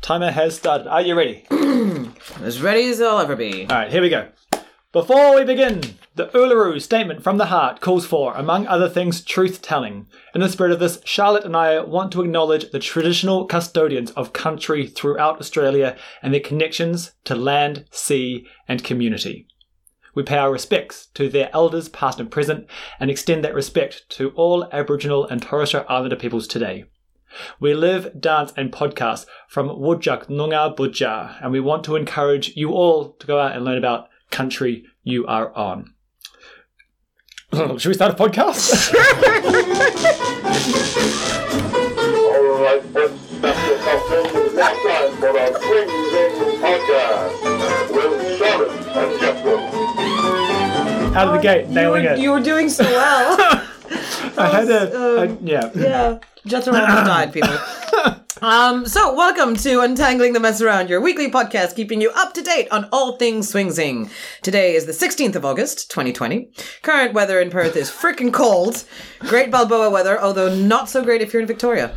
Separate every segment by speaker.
Speaker 1: Timer has started. Are you ready?
Speaker 2: As ready as I'll ever be.
Speaker 1: All right, here we go. Before we begin, the Uluru statement from the heart calls for, among other things, truth telling. In the spirit of this, Charlotte and I want to acknowledge the traditional custodians of country throughout Australia and their connections to land, sea, and community. We pay our respects to their elders, past and present, and extend that respect to all Aboriginal and Torres Strait Islander peoples today. We live, dance, and podcast from Wujak Noongar Budja, and we want to encourage you all to go out and learn about country you are on. Should we start a podcast?
Speaker 3: Alright, let's step yourself into the background for our cleansing podcast with Sharon and Jethro.
Speaker 1: out of the gate, nailing
Speaker 4: you were,
Speaker 1: it.
Speaker 4: You were doing so well.
Speaker 1: I had a,
Speaker 4: um,
Speaker 1: I- yeah.
Speaker 4: yeah.
Speaker 2: Jethro almost died, people. Um, so welcome to Untangling the Mess Around, your weekly podcast keeping you up to date on all things swing zing. Today is the 16th of August, 2020. Current weather in Perth is freaking cold. Great Balboa weather, although not so great if you're in Victoria.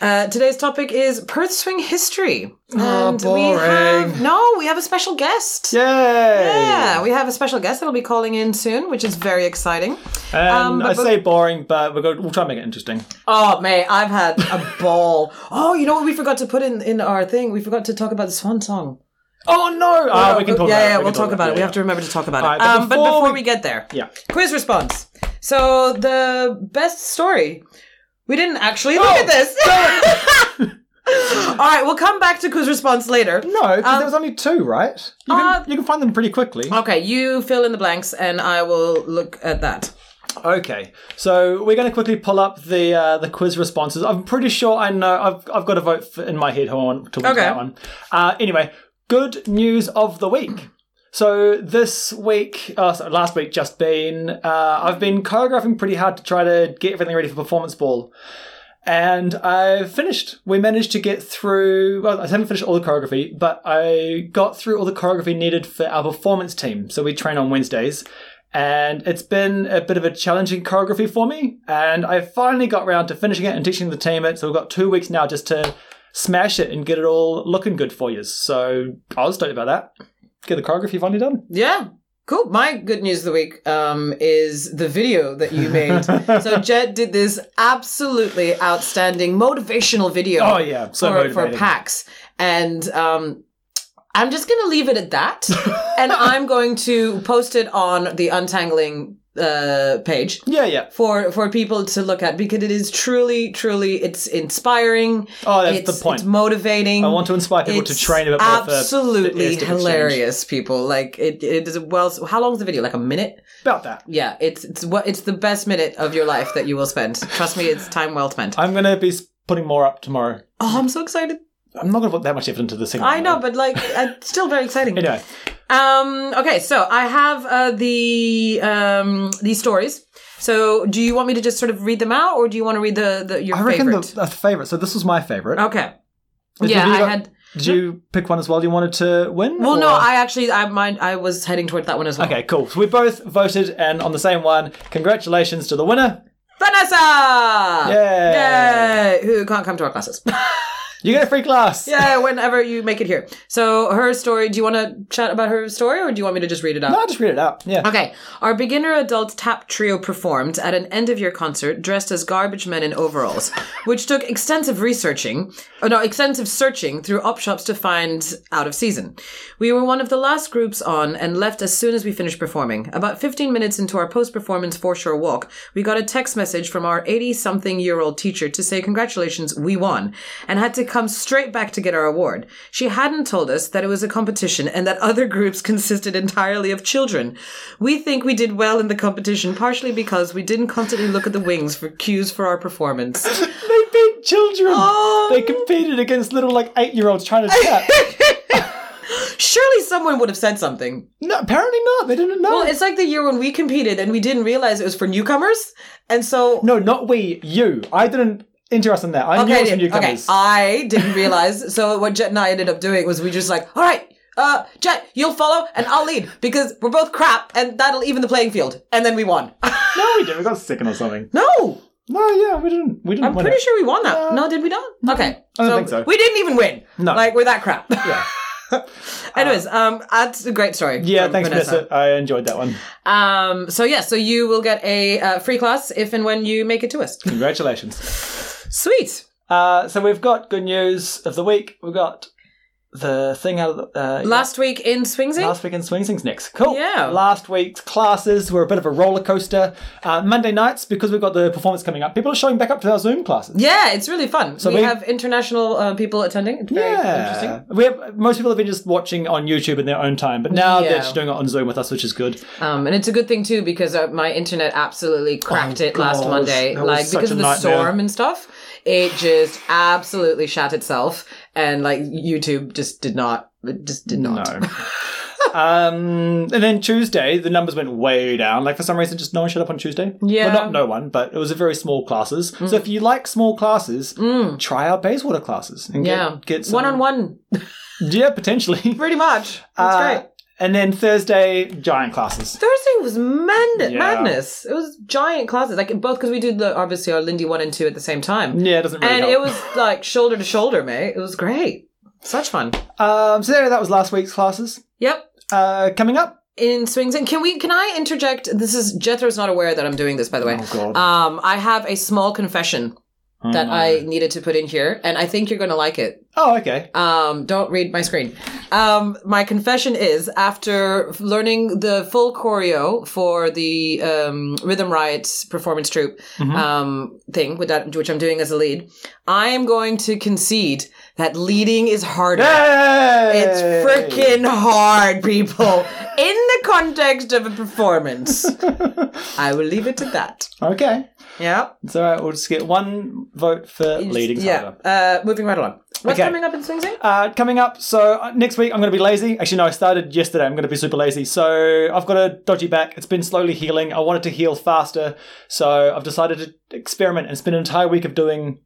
Speaker 2: Uh, today's topic is Perth swing history. And we have no, we have a special guest.
Speaker 1: Yay!
Speaker 2: Yeah, we have a special guest that'll be calling in soon, which is very exciting.
Speaker 1: And
Speaker 2: Um,
Speaker 1: I
Speaker 2: but-
Speaker 1: say boring, but we're going, we'll try and make it interesting.
Speaker 2: Oh, mate, I've had a ball. Oh, you know what we forgot to put in, in our thing? We forgot to talk about the swan song.
Speaker 1: Oh no! Ah, we can talk
Speaker 2: yeah,
Speaker 1: about it.
Speaker 2: yeah,
Speaker 1: can
Speaker 2: we'll talk about it. We have to remember to talk about it.
Speaker 1: All right, but
Speaker 2: um, but
Speaker 1: before
Speaker 2: before,
Speaker 1: we-
Speaker 2: we... get there,
Speaker 1: Yeah.
Speaker 2: quiz response. So the best story. We didn't actually look
Speaker 1: Oh,
Speaker 2: at this. All right, we'll come back to quiz response later.
Speaker 1: No, because there was only two, right? You can,
Speaker 2: Um, uh,
Speaker 1: you can find them pretty quickly.
Speaker 2: Okay, you fill in the blanks, and I will look at that.
Speaker 1: Okay, so we're going to quickly pull up the uh, the quiz responses. I'm pretty sure I know. I've I've got a vote for, in my head. Hold on, to win
Speaker 2: Okay.
Speaker 1: that one. Uh, anyway, good news of the week. So this week, uh, sorry, last week, just been. Uh, I've been choreographing pretty hard to try to get everything ready for performance ball, and I finished. We managed to get through. Well, I haven't finished all the choreography, but I got through all the choreography needed for our performance team. So we train on Wednesdays, and it's been a bit of a challenging choreography for me. And I finally got round to finishing it and teaching the team it. So we've got two weeks now just to smash it and get it all looking good for you. So I was stoked about that. Get the choreography finally done.
Speaker 2: Yeah. Cool. My good news of the week um, is the video that you made. so Jet did this absolutely outstanding motivational video.
Speaker 1: Oh yeah, so
Speaker 2: for, for
Speaker 1: motivating.
Speaker 2: PAX, and um, I'm just gonna leave it at that, and I'm going to post it on the Untangling uh, page
Speaker 1: yeah, yeah.
Speaker 2: for for people to look at because it is truly, truly, it's inspiring.
Speaker 1: Oh, that's
Speaker 2: it's,
Speaker 1: the point.
Speaker 2: It's motivating.
Speaker 1: I want to inspire people to
Speaker 2: It's
Speaker 1: train a bit more for the
Speaker 2: absolutely
Speaker 1: aesthetic exchange.
Speaker 2: hilarious, people. Like it, it is well. How long's the video? Like a minute?
Speaker 1: About that.
Speaker 2: Yeah, it's it's what it's the best minute of your life that you will spend. Trust me, it's time well spent.
Speaker 1: I'm gonna be s- putting more up tomorrow.
Speaker 2: oh, I'm so excited.
Speaker 1: I'm not gonna put that much effort into this thing.
Speaker 2: I know, but like, it's still very exciting.
Speaker 1: anyway,
Speaker 2: Um, okay, so I have uh, the um, these stories. So, do you want me to just sort of read them out, or do you want to read the, the your
Speaker 1: I reckon
Speaker 2: favorite?
Speaker 1: the, the favorite. So this was my favorite.
Speaker 2: okay.
Speaker 1: Did
Speaker 2: yeah,
Speaker 1: you
Speaker 2: I
Speaker 1: got-
Speaker 2: had.
Speaker 1: Did you pick one as well? You wanted to win?
Speaker 2: Well, no,
Speaker 1: or-
Speaker 2: I actually, I mind. I was heading towards that one as well.
Speaker 1: Okay, cool. So we both voted and on the same one. Congratulations to the winner.
Speaker 2: Vanessa.
Speaker 1: Yay.
Speaker 2: Yay! Who can't come to our classes?
Speaker 1: You get a free class.
Speaker 2: yeah, whenever you make it here. So, her story. Do you want to chat about her story, or do you want me to just read it out?
Speaker 1: No, I'll just read it out. Yeah.
Speaker 2: Okay. Our beginner adult tap trio performed at an end of year concert dressed as garbage men in overalls, which took extensive researching, oh no, extensive searching through op shops to find out of season. We were one of the last groups on and left as soon as we finished performing. About 15 minutes into our post performance foreshore walk, we got a text message from our 80 something year old teacher to say, Congratulations, we won, and had to come straight back to get our award. She hadn't told us that it was a competition and that other groups consisted entirely of children. We think we did well in the competition, partially because we didn't constantly look at the wings for cues for our performance.
Speaker 1: They beat children.
Speaker 2: Oh.
Speaker 1: They competed against little like eight year olds trying to chat.
Speaker 2: Surely someone would have said something.
Speaker 1: no, apparently not. They didn't know.
Speaker 2: Well, it's like the year when we competed and we didn't realize it was for newcomers, and so
Speaker 1: no, not we. You. I didn't interest in that. I knew it was
Speaker 2: I
Speaker 1: for
Speaker 2: didn't-
Speaker 1: newcomers.
Speaker 2: I didn't realize. so what Jet and I ended up doing was we just like, all right, uh, Jet, you'll follow and I'll lead because we're both crap and that'll even the playing field. And then we won.
Speaker 1: no, we did. We got second or something.
Speaker 2: no,
Speaker 1: No, yeah, we didn't. We didn't.
Speaker 2: I'm
Speaker 1: win
Speaker 2: pretty
Speaker 1: it.
Speaker 2: sure we won that. no, did we not? Okay.
Speaker 1: I don't think so.
Speaker 2: We didn't even win.
Speaker 1: No.
Speaker 2: Like, we're that crap.
Speaker 1: Yeah,
Speaker 2: Anyways, um, that's a great story.
Speaker 1: yeah.
Speaker 2: from
Speaker 1: Thanks,
Speaker 2: Vanessa.
Speaker 1: Vanessa. I enjoyed that one.
Speaker 2: Um, so yeah, so you will get a uh, free class if and when you make it to us.
Speaker 1: Congratulations.
Speaker 2: Sweet.
Speaker 1: uh, so we've got good news of the week. We've got the thing out of the, uh,
Speaker 2: Last week in Swingsing.
Speaker 1: Last week in Swing Things next. Cool.
Speaker 2: Mm. Yeah.
Speaker 1: Last week's classes were a bit of a roller coaster. Uh, Monday nights, because we've got the performance coming up, people are showing back up to our Zoom classes.
Speaker 2: yeah, it's really fun. we,
Speaker 1: we-
Speaker 2: have international uh, people attending. It's very interesting.
Speaker 1: We have, most people have been just watching on YouTube in their own time, but now
Speaker 2: Yeah.
Speaker 1: they're just doing it on Zoom with us, which is good.
Speaker 2: Um, and it's a good thing too because uh, my internet absolutely cracked
Speaker 1: Oh,
Speaker 2: it last
Speaker 1: God.
Speaker 2: Monday.
Speaker 1: That was
Speaker 2: Like
Speaker 1: such
Speaker 2: because
Speaker 1: a
Speaker 2: of the
Speaker 1: nightmare.
Speaker 2: storm and stuff, it just absolutely shat itself. And like YouTube just did not, it just did not.
Speaker 1: No. um, and then Tuesday, the numbers went way down. Like for some reason, just no one showed up on Tuesday.
Speaker 2: Yeah. Mm.
Speaker 1: well, not no one, but it was a very small classes. So if you like small classes, try our Bayswater classes and get-
Speaker 2: Yeah,
Speaker 1: get some-
Speaker 2: one on one,
Speaker 1: Yeah, potentially.
Speaker 2: pretty much. That's
Speaker 1: Uh,
Speaker 2: great.
Speaker 1: And then Thursday, giant classes.
Speaker 2: Thursday was mad-
Speaker 1: Yeah.
Speaker 2: madness. It was giant classes, like both because we did the obviously our Lindy one and two at the same time,
Speaker 1: Yeah, it doesn't really
Speaker 2: and
Speaker 1: help.
Speaker 2: it was like shoulder to shoulder, mate. It was great, such fun.
Speaker 1: um, so there, that was last week's classes.
Speaker 2: Yep.
Speaker 1: Uh, coming up,
Speaker 2: In swings and can we can I interject? This is Jethro's not aware that I'm doing this by the way.
Speaker 1: Oh, God.
Speaker 2: Um, I have a small confession that I needed to put in here, and I think you're going to like it.
Speaker 1: oh okay,
Speaker 2: Um, don't read my screen. Um, my confession is after learning the full choreo for the um, Rhythm Riot performance troupe
Speaker 1: Mm-hmm.
Speaker 2: um, thing, with that, which I'm doing as a lead, I am going to concede that leading is harder.
Speaker 1: Yay!
Speaker 2: Uh, It's freaking hard, people. In the context of a performance, I will leave it to that.
Speaker 1: okay.
Speaker 2: Yeah.
Speaker 1: It's all right. We'll just get one vote for leading.
Speaker 2: Yeah.
Speaker 1: Yeah.
Speaker 2: Uh, moving right along. What's
Speaker 1: Okay.
Speaker 2: coming up in Swing Sing?
Speaker 1: Uh, coming up, so uh, next week I'm going to be lazy. Actually, no, I started yesterday. I'm going to be super lazy. So I've got a dodgy back. It's been slowly healing. I wanted to heal faster, so I've decided to experiment and spend an entire week of doing,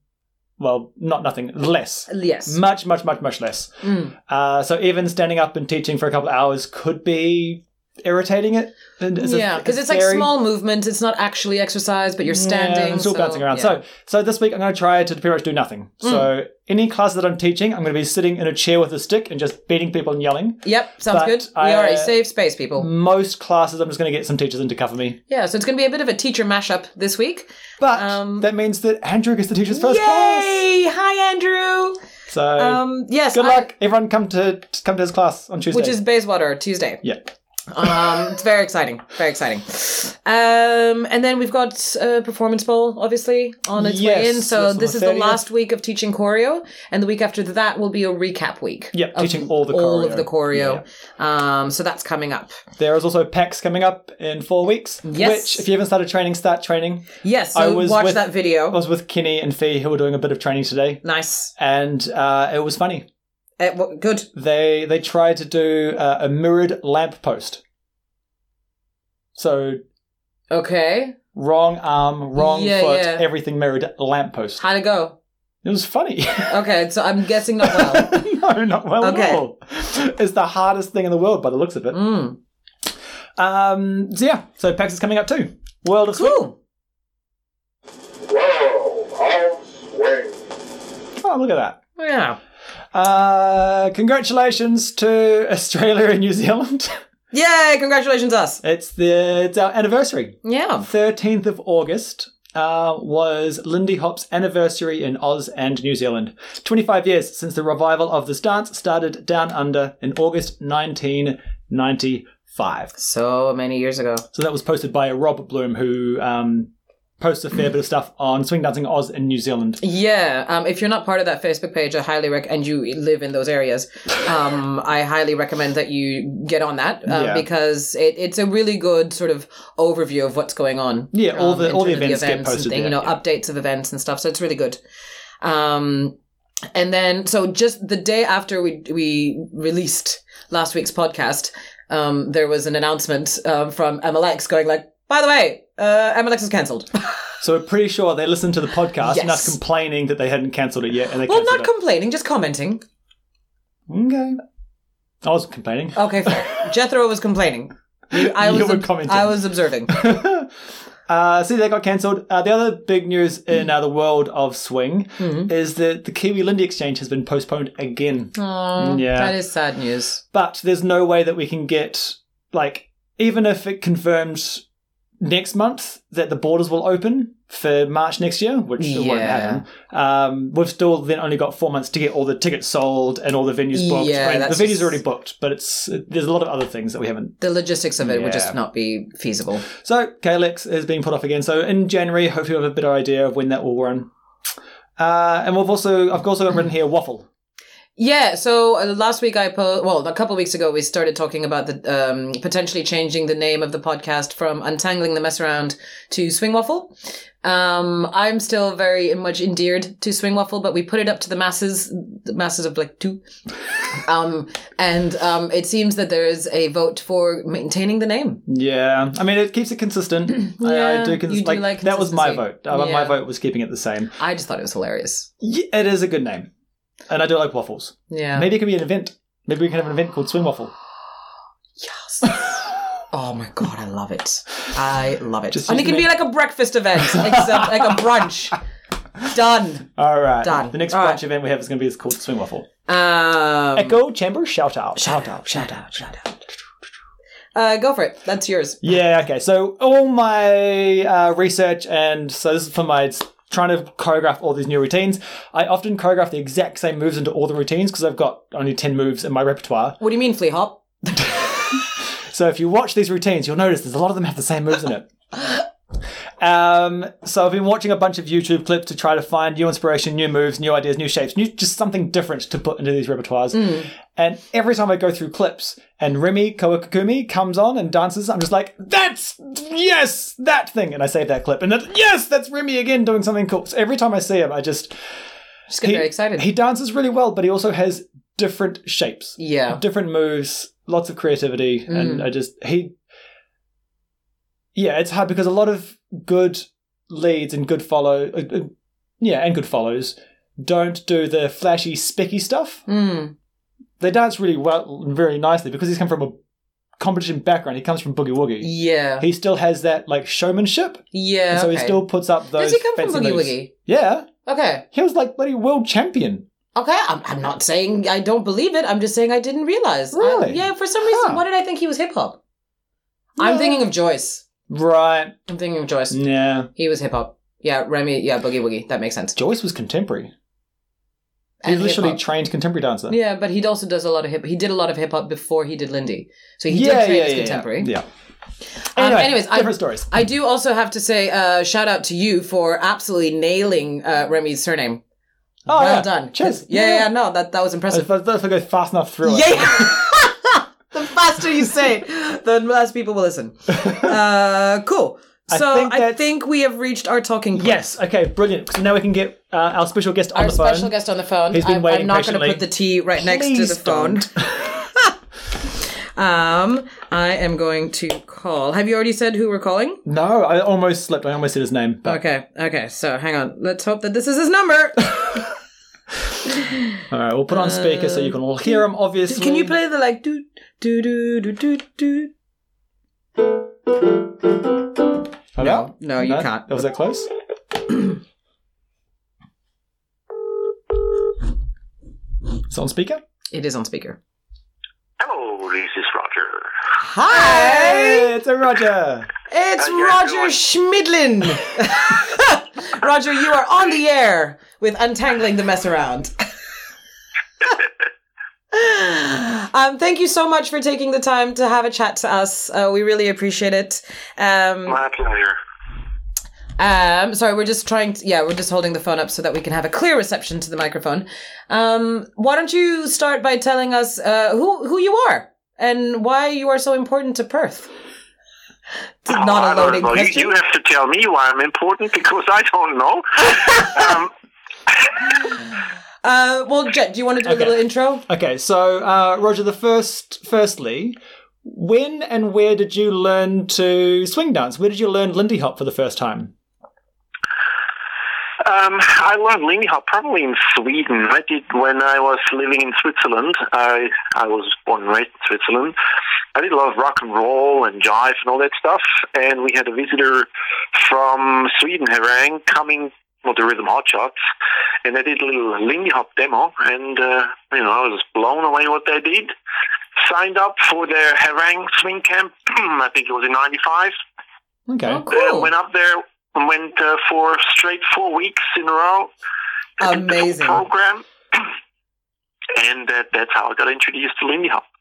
Speaker 1: well, not nothing, less.
Speaker 2: Yes.
Speaker 1: Much, much, much, much less.
Speaker 2: Mm.
Speaker 1: Uh, so even standing up and teaching for a couple of hours could be irritating. It and it's a-
Speaker 2: yeah, because it's like
Speaker 1: very-
Speaker 2: small movements. It's not actually exercise, but you're standing.
Speaker 1: Yeah, I'm still
Speaker 2: so,
Speaker 1: Um, bouncing around.
Speaker 2: yeah.
Speaker 1: So,
Speaker 2: Hmm.
Speaker 1: so this week I'm going to try to pretty much do nothing. So, any class that I'm teaching, I'm going to be sitting in a chair with a stick and just beating people and yelling.
Speaker 2: yep, sounds
Speaker 1: but
Speaker 2: good. we
Speaker 1: I,
Speaker 2: are
Speaker 1: uh,
Speaker 2: a safe space, people.
Speaker 1: Most classes, I'm just going to get some teachers in to cover me.
Speaker 2: Yeah, so it's going to be a bit of a teacher mashup this week.
Speaker 1: But
Speaker 2: Um,
Speaker 1: that means that Andrew gets the teacher's first
Speaker 2: Yay!
Speaker 1: class.
Speaker 2: Hi, Andrew.
Speaker 1: So,
Speaker 2: Um, yes,
Speaker 1: good
Speaker 2: I-
Speaker 1: luck. Everyone, come to come to his class on Tuesday.
Speaker 2: which is Bayswater Tuesday.
Speaker 1: yeah.
Speaker 2: Um, it's very exciting. Very exciting. Um, and then we've got uh, Performance Bowl, obviously, on its way
Speaker 1: Yes,
Speaker 2: in. So
Speaker 1: that's on
Speaker 2: this
Speaker 1: the
Speaker 2: is the
Speaker 1: 30th.
Speaker 2: last week of teaching choreo, and the week after that will be a recap week.
Speaker 1: Yep,
Speaker 2: of
Speaker 1: teaching all the
Speaker 2: all
Speaker 1: choreo.
Speaker 2: of the choreo. Um, so that's coming up.
Speaker 1: There is also PAX coming up in four weeks.
Speaker 2: Yes.
Speaker 1: Which, if you haven't started training, start training.
Speaker 2: Yes,
Speaker 1: I
Speaker 2: so
Speaker 1: was
Speaker 2: watch
Speaker 1: with-
Speaker 2: that
Speaker 1: I
Speaker 2: video.
Speaker 1: was with Kenny and Fee, who were doing a bit of training today,
Speaker 2: nice.
Speaker 1: and uh, it was funny.
Speaker 2: Uh, well, good.
Speaker 1: they they tried to do uh, a mirrored lamp post. So
Speaker 2: Okay.
Speaker 1: wrong arm, wrong
Speaker 2: Yeah,
Speaker 1: foot,
Speaker 2: yeah.
Speaker 1: everything mirrored lamp post.
Speaker 2: How'd it go?
Speaker 1: It was funny.
Speaker 2: Okay, so I'm guessing not well.
Speaker 1: no, not well
Speaker 2: Okay.
Speaker 1: at all. It's the hardest thing in the world by the looks of it.
Speaker 2: Mm.
Speaker 1: Um, so yeah, so PAX is coming up too. World of Swing.
Speaker 2: Cool.
Speaker 3: World of Swing.
Speaker 1: Oh, look at that.
Speaker 2: Yeah.
Speaker 1: Uh, congratulations to Australia and New Zealand.
Speaker 2: Yay, congratulations us.
Speaker 1: it's the it's our anniversary.
Speaker 2: Yeah.
Speaker 1: 13th of August uh, was Lindy Hop's anniversary in Oz and New Zealand. 25 years since the revival of this dance started down under in August 1995.
Speaker 2: So many years ago.
Speaker 1: So that was posted by Rob Bloom, who um, posts a fair bit of stuff on swing dancing Oz in New Zealand.
Speaker 2: Yeah. Um, if you're not part of that Facebook page, I highly rec and you live in those areas, um, I highly recommend that you get on that um,
Speaker 1: Yeah.
Speaker 2: because it, it's a really good sort of overview of what's going on.
Speaker 1: Yeah, all
Speaker 2: um,
Speaker 1: the
Speaker 2: in
Speaker 1: all the
Speaker 2: terms of
Speaker 1: events, get
Speaker 2: and
Speaker 1: posted
Speaker 2: thing,
Speaker 1: there.
Speaker 2: you know,
Speaker 1: yeah.
Speaker 2: updates of events and stuff. So it's really good. Um, and then so just the day after we we released last week's podcast, um, there was an announcement um, from MLX going like, by the way, uh, MLX is cancelled.
Speaker 1: So we're pretty sure they listened to the podcast and us
Speaker 2: Yes.
Speaker 1: complaining that they hadn't cancelled it yet, and they
Speaker 2: well,
Speaker 1: cancelled
Speaker 2: not complaining, just commenting.
Speaker 1: it. okay. I was complaining.
Speaker 2: Okay, fair. Jethro was complaining. I
Speaker 1: You
Speaker 2: was
Speaker 1: were
Speaker 2: ob-
Speaker 1: commenting.
Speaker 2: I was observing.
Speaker 1: Uh, see, that got cancelled. Uh, the other big news
Speaker 2: Hmm.
Speaker 1: in uh, the world of swing is that the Kiwi Lindy Exchange has been postponed again. yeah.
Speaker 2: That is sad news.
Speaker 1: but there's no way that we can get like even if it confirms next month that the borders will open for March next year, which it won't
Speaker 2: Yeah.
Speaker 1: happen. Um, we've still then only got four months to get all the tickets sold and all the venues booked.
Speaker 2: Yeah,
Speaker 1: I mean,
Speaker 2: that's
Speaker 1: the venues
Speaker 2: just-
Speaker 1: are already booked, but it's there's a lot of other things that we haven't.
Speaker 2: The logistics of it would just
Speaker 1: Yeah.
Speaker 2: not be feasible.
Speaker 1: So Kalex is being put off again. So in January, hopefully, we'll have a better idea of when that will run. Uh, and we've also I've also got written here waffle.
Speaker 2: Yeah, so uh, last week I po- well, a couple weeks ago we started talking about the um, potentially changing the name of the podcast from Untangling the Mess Around to Swing Waffle. Um, I'm still very much endeared to Swing Waffle, but we put it up to the masses, the masses of like two. Um, and um, it seems that there is a vote for maintaining the name.
Speaker 1: Yeah, I mean it keeps it consistent. I, I
Speaker 2: Yeah,
Speaker 1: do,
Speaker 2: you
Speaker 1: cons-
Speaker 2: do
Speaker 1: like,
Speaker 2: like
Speaker 1: that was my
Speaker 2: consistency.
Speaker 1: vote. Uh, My
Speaker 2: Yeah.
Speaker 1: vote was keeping it the same.
Speaker 2: I just thought it was hilarious.
Speaker 1: Yeah, it is a good name. And I do like waffles.
Speaker 2: Yeah.
Speaker 1: Maybe it could be an event. Maybe we can have an event called Swing Waffle.
Speaker 2: Yes. oh my god, I love it. I love it.
Speaker 1: Just
Speaker 2: and it
Speaker 1: use
Speaker 2: can
Speaker 1: me-
Speaker 2: be like a breakfast event, except like a brunch. Done.
Speaker 1: All right.
Speaker 2: Done.
Speaker 1: The next
Speaker 2: All
Speaker 1: brunch
Speaker 2: right.
Speaker 1: event we have is going to be is called Swing Waffle.
Speaker 2: Um,
Speaker 1: Echo Chamber shout out.
Speaker 2: shout out, shout out, shout out. Uh, go for it. That's yours.
Speaker 1: Yeah, okay. So all my uh, research and so this is for my it's trying to choreograph all these new routines. I often choreograph the exact same moves into all the routines because I've got only 10 moves in my repertoire.
Speaker 2: What do you mean, flea hop?
Speaker 1: So if you watch these routines, you'll notice there's a lot of them have the same moves in it. Um, so I've been watching a bunch of YouTube clips to try to find new inspiration, new moves, new ideas, new shapes, new just something different to put into these repertoires. And every time I go through clips and Remy Kawakakumi comes on and dances, I'm just like, that's yes, that thing. And I save that clip and that yes, that's Remy again doing something cool. So every time I see him, I just
Speaker 2: Just get
Speaker 1: He-
Speaker 2: very excited.
Speaker 1: he dances really well, but he also has different shapes
Speaker 2: yeah. Mm.
Speaker 1: different moves, lots of creativity, and I just he. Yeah, it's hard because a lot of good leads and good follow, uh, uh, yeah, and good follows don't do the flashy, specky stuff.
Speaker 2: Mm.
Speaker 1: They dance really well, very nicely because he's come from a competition background. He comes from boogie woogie.
Speaker 2: Yeah.
Speaker 1: He still has that like showmanship,
Speaker 2: Yeah.
Speaker 1: and so he
Speaker 2: okay.
Speaker 1: still puts up those.
Speaker 2: Does he come from
Speaker 1: fancy
Speaker 2: Boogie
Speaker 1: moves.
Speaker 2: Woogie?
Speaker 1: Yeah,
Speaker 2: Okay.
Speaker 1: he was like bloody world champion.
Speaker 2: Okay. I'm, I'm not saying I don't believe it. I'm just saying I didn't realize. I-
Speaker 1: Really?
Speaker 2: yeah. For some reason,
Speaker 1: Huh.
Speaker 2: why did I think he was hip hop? I'm
Speaker 1: No.
Speaker 2: thinking of Joyce.
Speaker 1: Right?
Speaker 2: I'm thinking of Joyce.
Speaker 1: Yeah.
Speaker 2: He was hip hop. Yeah, Remy. Yeah, Boogie Woogie. That makes sense.
Speaker 1: Joyce was contemporary. He
Speaker 2: And
Speaker 1: literally
Speaker 2: hip-hop.
Speaker 1: trained contemporary dancer.
Speaker 2: yeah, but he also does a lot of hip. He did a lot of hip hop before he did Lindy, so he did train as contemporary.
Speaker 1: Yeah.
Speaker 2: Um,
Speaker 1: Anyway,
Speaker 2: anyways, I-
Speaker 1: different stories.
Speaker 2: I do also have to say uh, shout out to you for absolutely nailing uh, Remy's surname.
Speaker 1: Oh,
Speaker 2: well
Speaker 1: yeah.
Speaker 2: done.
Speaker 1: Cheers.
Speaker 2: Yeah, yeah, yeah, no, that that was impressive.
Speaker 1: If I, if I go fast enough through it.
Speaker 2: Yeah. the faster you say it, the less people will listen. Uh, cool.
Speaker 1: I
Speaker 2: So I
Speaker 1: think
Speaker 2: think,
Speaker 1: that's-
Speaker 2: we have reached our talking point.
Speaker 1: Yes. Okay. Brilliant. So now we can get uh, our special guest on
Speaker 2: Our
Speaker 1: the phone.
Speaker 2: special guest on the phone.
Speaker 1: He's been
Speaker 2: I'm,
Speaker 1: waiting
Speaker 2: I'm not going to
Speaker 1: patiently.
Speaker 2: put the tea right next to
Speaker 1: Please
Speaker 2: the phone.
Speaker 1: don't.
Speaker 2: Um, I am going to call. Have you already said who we're calling?
Speaker 1: No, I almost slipped. I almost said his name. But,
Speaker 2: Okay, okay. So hang on. Let's hope that this is his number.
Speaker 1: All right. We'll put on speaker so you can all hear him. Obviously.
Speaker 2: Uh, Can you play the like do do do do do do?
Speaker 1: Hello?
Speaker 2: No, no, you can't.
Speaker 1: Was that close? It's on speaker.
Speaker 2: It is on speaker.
Speaker 3: Hello, this is Roger.
Speaker 2: Hi,
Speaker 1: Hey, it's a Roger.
Speaker 2: it's
Speaker 3: you're
Speaker 2: Roger
Speaker 3: doing-
Speaker 2: Schmidlin. Roger, you are on the air with untangling the mess around. Um, thank you so much for taking the time to have a chat to us. Uh, we really appreciate it. Um,
Speaker 3: My pleasure.
Speaker 2: Um, sorry, we're just trying to, yeah, we're just holding the phone up so that we can have a clear reception to the microphone. Um, why don't you start by telling us, uh, who, who you are and why you are so important to Perth? It's
Speaker 3: Oh, I
Speaker 2: not a
Speaker 3: don't
Speaker 2: loading
Speaker 3: know. You-
Speaker 2: question.
Speaker 3: You, have to tell me why I'm important because I don't know. um,
Speaker 2: Uh, well, Jet, do you want to do
Speaker 1: Okay.
Speaker 2: a little intro?
Speaker 1: Okay, so uh, Roger, the first, firstly, when and where did you learn to swing dance? Where did you learn Lindy Hop for the first time?
Speaker 4: Um, I learned Lindy Hop probably in Sweden. I did when I was living in Switzerland. I I was born and raised in Switzerland. I did a lot of rock and roll and jive and all that stuff. And we had a visitor from Sweden, Herang, coming for the Rhythm Hot Shots. And they did a little Lindy Hop demo. And, uh, you know, I was blown away what they did. Signed up for their Herang swing camp. hmm, I think it was in 95.
Speaker 1: Okay.
Speaker 2: Oh,
Speaker 4: Uh,
Speaker 2: cool.
Speaker 4: went up there and went uh, for straight four weeks in a row. I did the whole
Speaker 2: Amazing.
Speaker 4: program. and that, that's how I got introduced to Lindy Hop.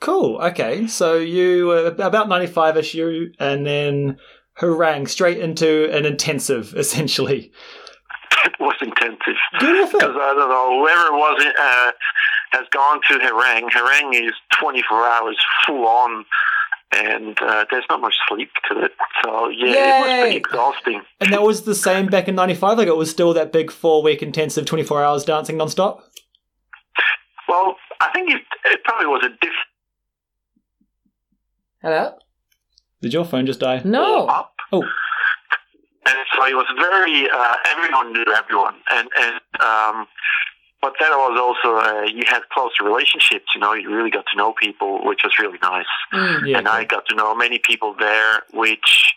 Speaker 1: Cool. Okay. So you were about 95 ish, you, and then harangue straight into an intensive, essentially.
Speaker 4: It was intensive.
Speaker 1: Good effort.
Speaker 4: Because I don't know, whoever was in, uh, has gone to Herang. Herang is 24 hours full on, and uh, there's not much sleep to it. So, yeah, it was
Speaker 2: Yay.
Speaker 4: pretty exhausting.
Speaker 1: And that was the same back in 95? Like it was still that big four week intensive 24 hours dancing nonstop?
Speaker 4: Well, I think it, it probably was a different
Speaker 2: Hello?
Speaker 1: Did your phone just die?
Speaker 2: No.
Speaker 4: up.
Speaker 1: Oh.
Speaker 4: And so it was very, uh, everyone knew everyone. And, and um, but that was also, uh, you had closer relationships, you know, you really got to know people, which was really nice.
Speaker 2: Mm.
Speaker 1: Yeah.
Speaker 4: and I got to know many people there, which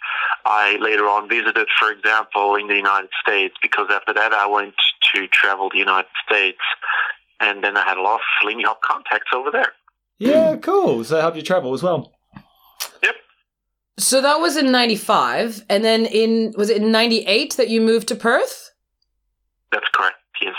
Speaker 4: I later on visited, for example, in the United States, because after that I went to travel the United States, and then I had a lot of Lindy Hop contacts over there.
Speaker 1: Yeah, cool. So help you travel as well.
Speaker 2: So that was in 95. And then in, was it in 98 that you moved to Perth?
Speaker 4: That's correct. Yes,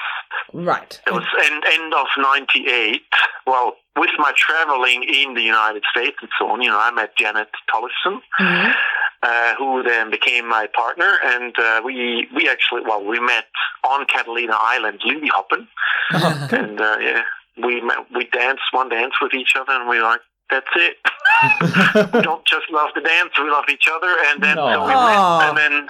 Speaker 2: Right.
Speaker 4: it was end end of '98. Well, with my traveling in the United States and so on, you know, I met Janet Tollefson,
Speaker 2: Mhm.
Speaker 4: uh, who then became my partner, and uh, we we actually well we met on Catalina Island, Lindy Hoppen. and uh, yeah, we met, we danced one dance with each other, and we were like, that's it. we don't just love the dance; we love each other. And then so we
Speaker 2: Aw.
Speaker 4: met, and then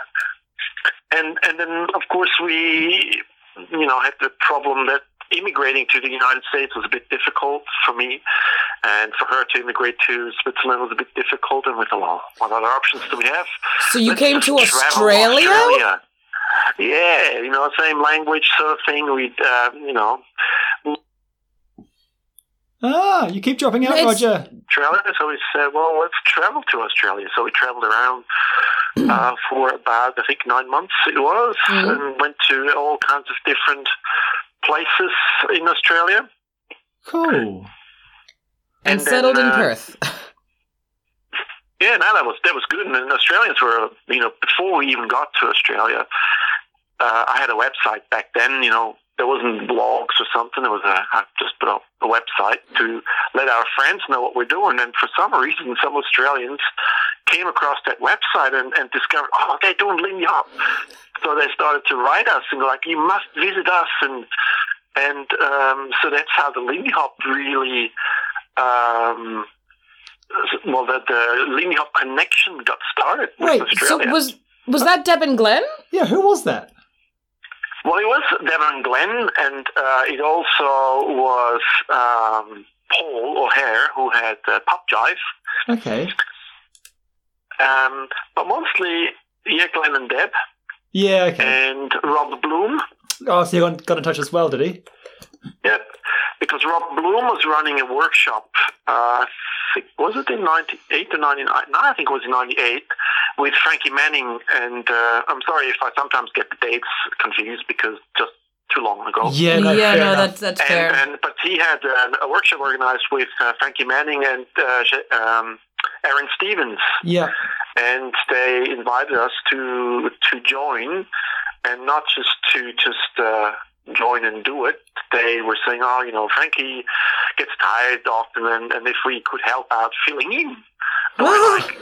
Speaker 4: and and then of course we, you know, had the problem that immigrating to the United States was a bit difficult for me, and for her to immigrate to Switzerland was a bit difficult. And we thought, well, what other options do we have?
Speaker 2: So you
Speaker 4: Let's
Speaker 2: came
Speaker 4: just
Speaker 2: to
Speaker 4: travel
Speaker 2: Australia?
Speaker 4: Australia. Yeah, you know, same language sort of thing. We, uh, you know,
Speaker 1: ah, you keep dropping out,
Speaker 2: It's-
Speaker 1: Roger.
Speaker 4: Australia. So we said, well, let's travel to Australia. So we traveled around uh, for about, I think, nine months it was,
Speaker 2: Mhm.
Speaker 4: and went to all kinds of different places in Australia.
Speaker 1: Cool.
Speaker 2: And,
Speaker 4: And then,
Speaker 2: settled in
Speaker 4: uh,
Speaker 2: Perth.
Speaker 4: Yeah, no, that was that was good. And then Australians were, you know, before we even got to Australia, uh, I had a website back then. You know, there wasn't blogs or something. There was a I just put up a website to let our friends know what we're doing. And for some reason, some Australians came across that website and, and discovered, oh, they're doing Lindy Hop. So they started to write us and go like, you must visit us. And and um, so that's how the Lindy Hop really. Um, well, that the Lindy Hop connection got started with
Speaker 2: Wait, so
Speaker 4: Australia.
Speaker 2: was was that Deb and Glenn?
Speaker 1: Yeah, who was that?
Speaker 4: Well, it was Devon Glenn, and uh, it also was um, Paul O'Hare, who had uh, Pop Jive.
Speaker 1: Okay.
Speaker 4: Um, but mostly, yeah, Glenn and Deb,
Speaker 1: Yeah, okay.
Speaker 4: and Rob Bloom.
Speaker 1: Oh, so you got, got in touch as well, did he?
Speaker 4: Yep. Because Rob Bloom was running a workshop, uh, I think, was it in 98 or 99? No, I think it was in 98, with Frankie Manning. And uh, I'm sorry if I sometimes get the dates confused because just too long ago.
Speaker 1: Yeah, no,
Speaker 2: yeah,
Speaker 1: fair
Speaker 2: no,
Speaker 1: enough.
Speaker 2: that's that's fair.
Speaker 4: And, and but he had uh, a workshop organized with uh, Frankie Manning and uh, Sh- um, Aaron Stevens,
Speaker 1: Yeah.
Speaker 4: and they invited us to to join, and not just to just uh, join and do it. They were saying, "Oh, you know, Frankie gets tired often, and, and if we could help out filling in." And we're
Speaker 1: Ah,
Speaker 2: Wow.
Speaker 4: like,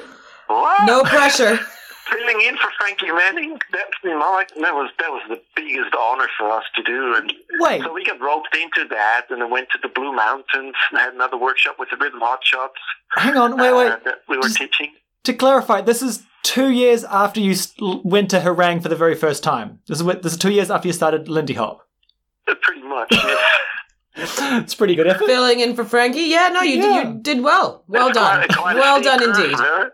Speaker 4: "What?
Speaker 2: no pressure.
Speaker 4: filling in for Frankie Manning? That's you know, like, that was that was the biggest honor for us to do, and
Speaker 1: Wait.
Speaker 4: so we got roped into that, and then went to the Blue Mountains and had another workshop with the Rhythm Hot Shots
Speaker 1: Hang on. Wait, wait.
Speaker 4: uh, that we were teaching.
Speaker 1: To clarify, this is two years after you s- went to Harang for the very first time. This is, wh- this is two years after you started Lindy Hop.
Speaker 4: Uh, pretty much. yes.
Speaker 1: It's pretty good effort.
Speaker 2: Filling in for Frankie? Yeah, no, you
Speaker 1: Yeah.
Speaker 2: you did well. Well
Speaker 4: It's quite-
Speaker 2: done.
Speaker 4: quite a
Speaker 2: well done
Speaker 4: steep curve
Speaker 2: indeed.
Speaker 4: there.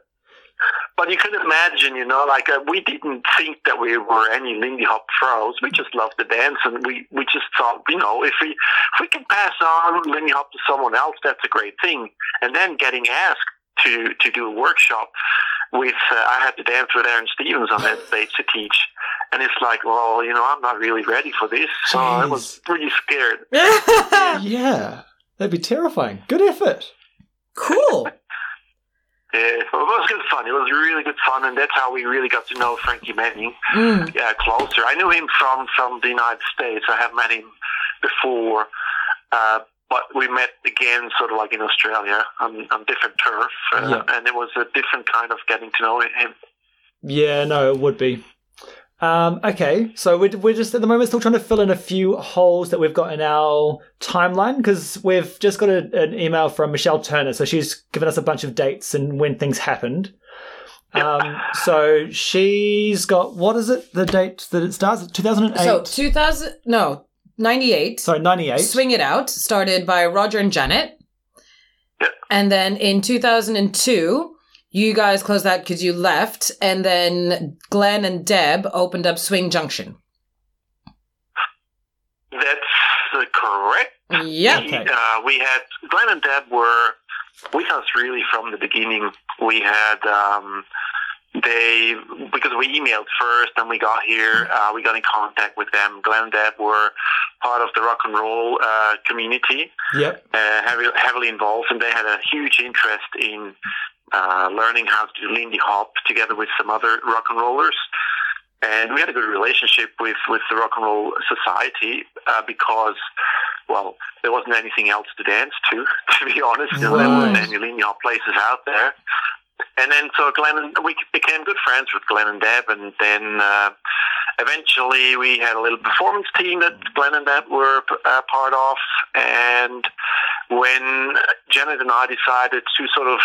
Speaker 4: But you can imagine, you know, like uh, we didn't think that we were any Lindy Hop pros. We just loved the dance, and we, we just thought, you know, if we if we can pass on Lindy Hop to someone else, that's a great thing. And then getting asked to to do a workshop with uh, I had to dance with Aaron Stevens on that stage to teach, and it's like, well, you know, I'm not really ready for this. So I was pretty scared.
Speaker 1: Yeah, that'd be terrifying. Good effort.
Speaker 2: cool.
Speaker 4: Yeah, well, it was good fun. It was really good fun, and that's how we really got to know Frankie Manning.
Speaker 2: Mm.
Speaker 4: yeah, closer. I knew him from from the United States. I have met him before, uh, but we met again, sort of like in Australia, on, on different turf, uh, and it was a different kind of getting to know him.
Speaker 1: Yeah, no, it would be. Um, okay, so we're, we're just at the moment still trying to fill in a few holes that we've got in our timeline because we've just got a, an email from Michelle Turner. So she's given us a bunch of dates and when things happened. Um, so she's got, what is it, the date that it starts? 2008.
Speaker 2: So 2000, no, 98.
Speaker 1: Sorry, 98.
Speaker 2: Swing It Out, started by Roger and Janet.
Speaker 4: Yeah.
Speaker 2: And then in 2002, you guys closed that because you left. And then Glenn and Deb opened up Swing Junction.
Speaker 4: That's uh, correct.
Speaker 2: Yep.
Speaker 1: Okay.
Speaker 4: Uh, we had Glenn and Deb were with us really from the beginning. We had um, they because we emailed first, and we got here. Uh, we got in contact with them. Glenn and Deb were part of the rock and roll uh, community,
Speaker 1: Yep.
Speaker 4: uh, heavily, heavily involved, and they had a huge interest in uh, learning how to do Lindy Hop together with some other rock and rollers. And we had a good relationship with, with the Rock and Roll Society uh, because, well, there wasn't anything else to dance to, to be honest. There
Speaker 1: Right.
Speaker 4: wasn't any Lindy Hop places out there. And then so Glenn and we became good friends with Glenn and Deb, and then uh, eventually we had a little performance team that Glenn and Deb were uh, part of. And when Janet and I decided to sort of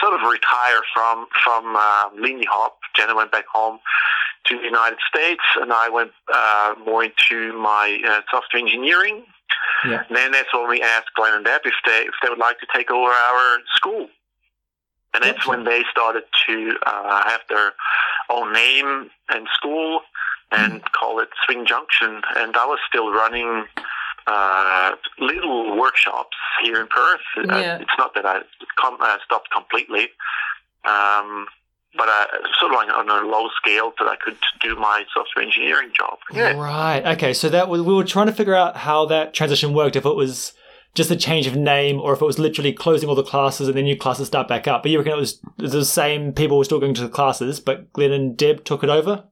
Speaker 4: sort of retire from from uh, Lindy Hop, Janet went back home to the United States, and I went uh, more into my uh, software engineering.
Speaker 1: Yeah.
Speaker 4: And then that's when we asked Glenn and Deb if they if they would like to take over our school. And that's
Speaker 1: Gotcha.
Speaker 4: when they started to uh, have their own name and school and call it Swing Junction. And I was still running uh, little workshops here in Perth. I-
Speaker 2: Yeah.
Speaker 4: it's not that I com- uh, stopped completely, um, but I, sort of like on a low scale that I could do my software engineering job. Yeah.
Speaker 1: Right. Okay. So that was, we were trying to figure out how that transition worked. If it was just a change of name, or if it was literally closing all the classes and then new classes start back up. But you reckon it was it was the same people were still going to the classes, but Glenn and Deb took it over.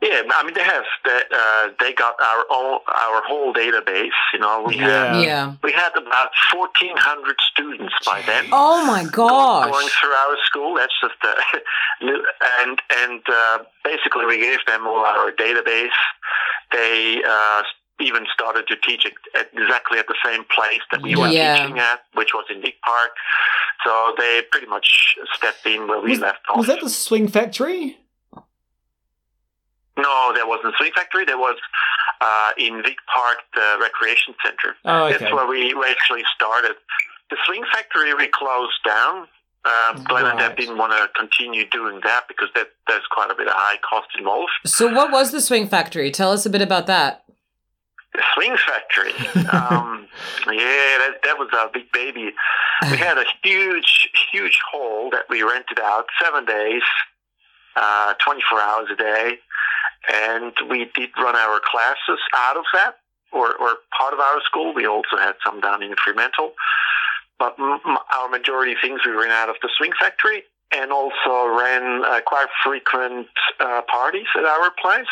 Speaker 4: Yeah, I mean they have that. Uh, they got our all, our whole database. You know, we had
Speaker 1: Yeah.
Speaker 2: Yeah.
Speaker 4: we had about fourteen hundred students by then.
Speaker 2: Oh my
Speaker 4: Going
Speaker 2: gosh.
Speaker 4: through our school, that's just the and and uh, basically we gave them all our database. They uh, even started to teach it at exactly at the same place that we were
Speaker 2: Yeah.
Speaker 4: teaching at, which was in Dick Park. So they pretty much stepped in where we
Speaker 1: Was-
Speaker 4: left off.
Speaker 1: Was that the Swing Factory?
Speaker 4: No, there wasn't a swing factory. There was uh, in Vic Park the recreation center.
Speaker 1: Oh, okay.
Speaker 4: That's where we we actually started. The swing factory we closed down. Um, Glenn and
Speaker 1: Right.
Speaker 4: Deb didn't want to continue doing that because that there's quite a bit of high cost involved.
Speaker 2: So, what was the Swing Factory? Tell us a bit about that.
Speaker 4: The swing factory. um, yeah, that, that was our big baby. We had a huge, huge hall that we rented out seven days, uh, 24 hours a day. And we did run our classes out of that or, or part of our school. We also had some down in Fremantle. But m- m- our majority of things we ran out of the swing factory and also ran uh, quite frequent uh, parties at our place.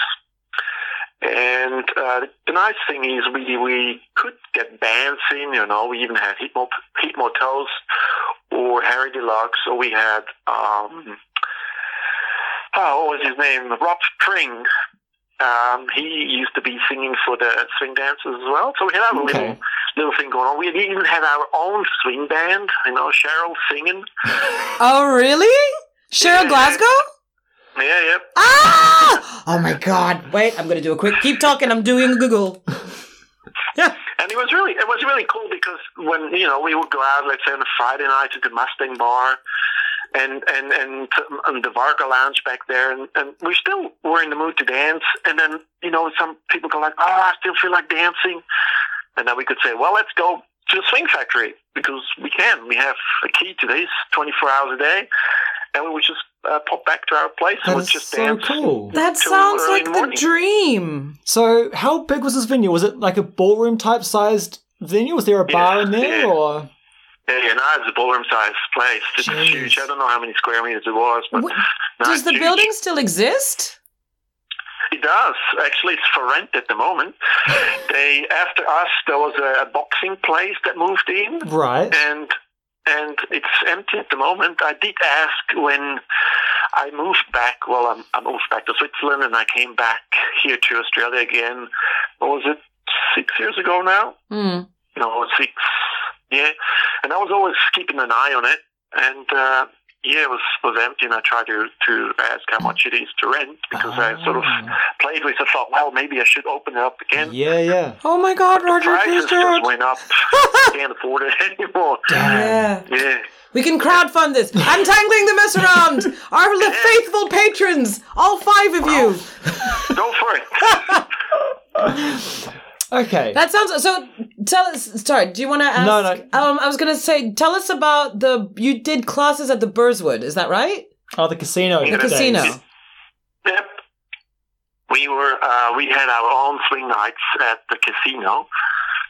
Speaker 4: And uh, the nice thing is we we could get bands in, you know. We even had Hitmo, Hitmo Toast or Harry Deluxe, or we had, um, oh, what was his name? Rob Spring. Um, he used to be singing for the swing dancers as well. So we had
Speaker 1: Okay.
Speaker 4: our little, little thing going on. We even had our own swing band, you know, Cheryl singing.
Speaker 2: Oh, really? Cheryl
Speaker 4: Yeah.
Speaker 2: Glasgow?
Speaker 4: Yeah, yep.
Speaker 2: Ah! Oh my god. Wait, I'm going to do a quick. Keep talking. I'm doing a Google.
Speaker 4: And it was really it was really cool because when you know we would go out, let's say on a Friday night to the Mustang Bar, and and and, and the Varga Lounge back there, and, and we still were in the mood to dance. And then you know some people go like, "Oh, I still feel like dancing," and then we could say, "Well, let's go to the Swing Factory because we can. We have a key to this, 24 hours a day." And we would just uh, pop back to our place and
Speaker 1: That
Speaker 4: would
Speaker 1: is
Speaker 4: just
Speaker 1: so
Speaker 4: dance.
Speaker 1: cool.
Speaker 2: That
Speaker 4: Till
Speaker 2: sounds
Speaker 4: early
Speaker 2: like
Speaker 4: in the
Speaker 2: the
Speaker 4: morning.
Speaker 2: dream.
Speaker 1: So, how big was this venue? Was it like a ballroom type sized venue? Was there a bar in there?
Speaker 4: yeah.
Speaker 1: Or
Speaker 4: Yeah, yeah, no, it's a ballroom sized place. It's
Speaker 1: Jeez.
Speaker 4: huge. I don't know how many square meters it was, but
Speaker 2: Wh-
Speaker 4: no,
Speaker 2: Does
Speaker 4: it's
Speaker 2: the
Speaker 4: huge.
Speaker 2: building still exist?
Speaker 4: It does. Actually, it's for rent at the moment. they after us, there was a, a boxing place that moved in,
Speaker 1: right?
Speaker 4: and and it's empty at the moment. I did ask when I moved back. Well, I'm, I moved back to Switzerland, and I came back here to Australia again. What was it? Six years ago now.
Speaker 2: Hmm.
Speaker 4: No, six. Yeah, and I was always keeping an eye on it, and uh, yeah, it was was empty, and I tried to to ask how much it is to rent because I sort of
Speaker 1: Ah.
Speaker 4: played with. it. I thought, well, maybe I should open it up again.
Speaker 1: Yeah, yeah.
Speaker 2: Oh my God, Roger,
Speaker 4: Prices
Speaker 2: please
Speaker 4: just
Speaker 2: do it.
Speaker 4: went up. Can't afford it anymore.
Speaker 1: Damn.
Speaker 2: Yeah.
Speaker 4: Yeah,
Speaker 2: We can crowdfund this. I'm tangling the mess around. Our li- faithful patrons, all five of you.
Speaker 4: Oh. go for it.
Speaker 1: Okay.
Speaker 2: That sounds so. Tell us. Sorry, do you want to ask?
Speaker 1: No, no.
Speaker 2: Um, I was gonna say, tell us about the. You did classes at the Burswood, is that right?
Speaker 1: oh, the casino.
Speaker 4: The
Speaker 2: The
Speaker 1: days.
Speaker 2: casino.
Speaker 4: yep. We were uh, we had our own swing nights at the casino,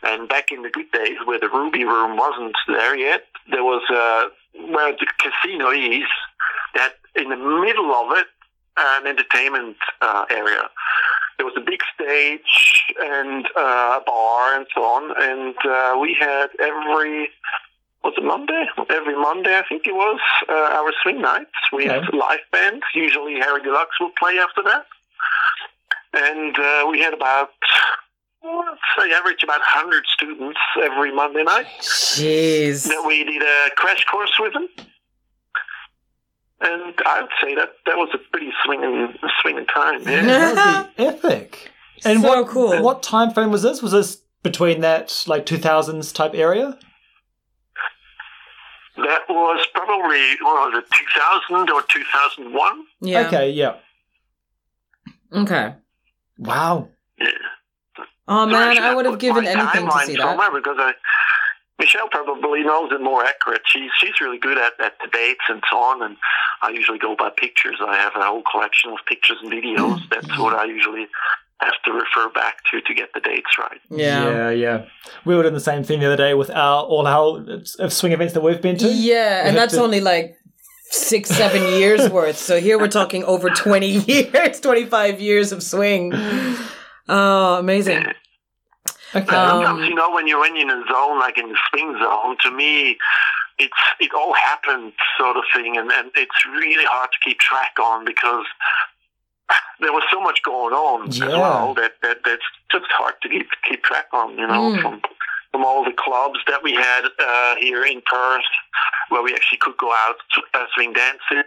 Speaker 4: and back in the good days where the Ruby Room wasn't there yet, there was uh, where the casino is. That in the middle of it, an entertainment uh, area. There was a big stage and uh, a bar and so on, and uh, we had every was it Monday? Every Monday, I think it was, uh, our swing nights with
Speaker 1: Okay.
Speaker 4: live bands. Usually Harry Deluxe would play after that. And uh, we had about, I'd say average about 100 students every Monday night
Speaker 2: Jeez.
Speaker 4: that we did a crash course with them. And I would say that that was a pretty swinging, swinging time. Yeah.
Speaker 1: That would be epic. And
Speaker 2: So
Speaker 1: what,
Speaker 2: cool.
Speaker 1: What time frame was this? Was this between that like 2000s type area?
Speaker 4: That was probably, what was it, 2000 or 2001?
Speaker 2: Yeah.
Speaker 1: Okay, yeah.
Speaker 2: Okay.
Speaker 1: Wow.
Speaker 4: Yeah.
Speaker 2: Oh man,
Speaker 4: Sorry,
Speaker 2: I would have
Speaker 4: put
Speaker 2: given
Speaker 4: my
Speaker 2: anything to
Speaker 4: timeline
Speaker 2: see that.
Speaker 4: somewhere Because I, Michelle probably knows it more accurate. She's she's really good at, at the dates and so on. And I usually go by pictures. I have a whole collection of pictures and videos.
Speaker 2: Mm.
Speaker 4: That's what I usually have to refer back to to get the dates right.
Speaker 2: Yeah.
Speaker 1: yeah, yeah. We were doing the same thing the other day with our all our uh, swing events that we've been
Speaker 2: Yeah,
Speaker 1: to.
Speaker 2: and
Speaker 1: had
Speaker 2: that's
Speaker 1: to-
Speaker 2: only like six, seven years worth. So here we're talking over twenty years, twenty-five years of swing. Oh, amazing.
Speaker 1: Okay.
Speaker 2: Um,
Speaker 4: Sometimes you know when you're when you're in a zone like in the swing zone. To me, it's it all happened sort of thing, and and it's really hard to keep track on because there was so much going on as
Speaker 1: Yeah.
Speaker 4: well that, that that's just hard to keep keep track on. You know
Speaker 2: Mm.
Speaker 4: from. From all the clubs that we had uh, here in Perth, where we actually could go out to, uh, swing dancing,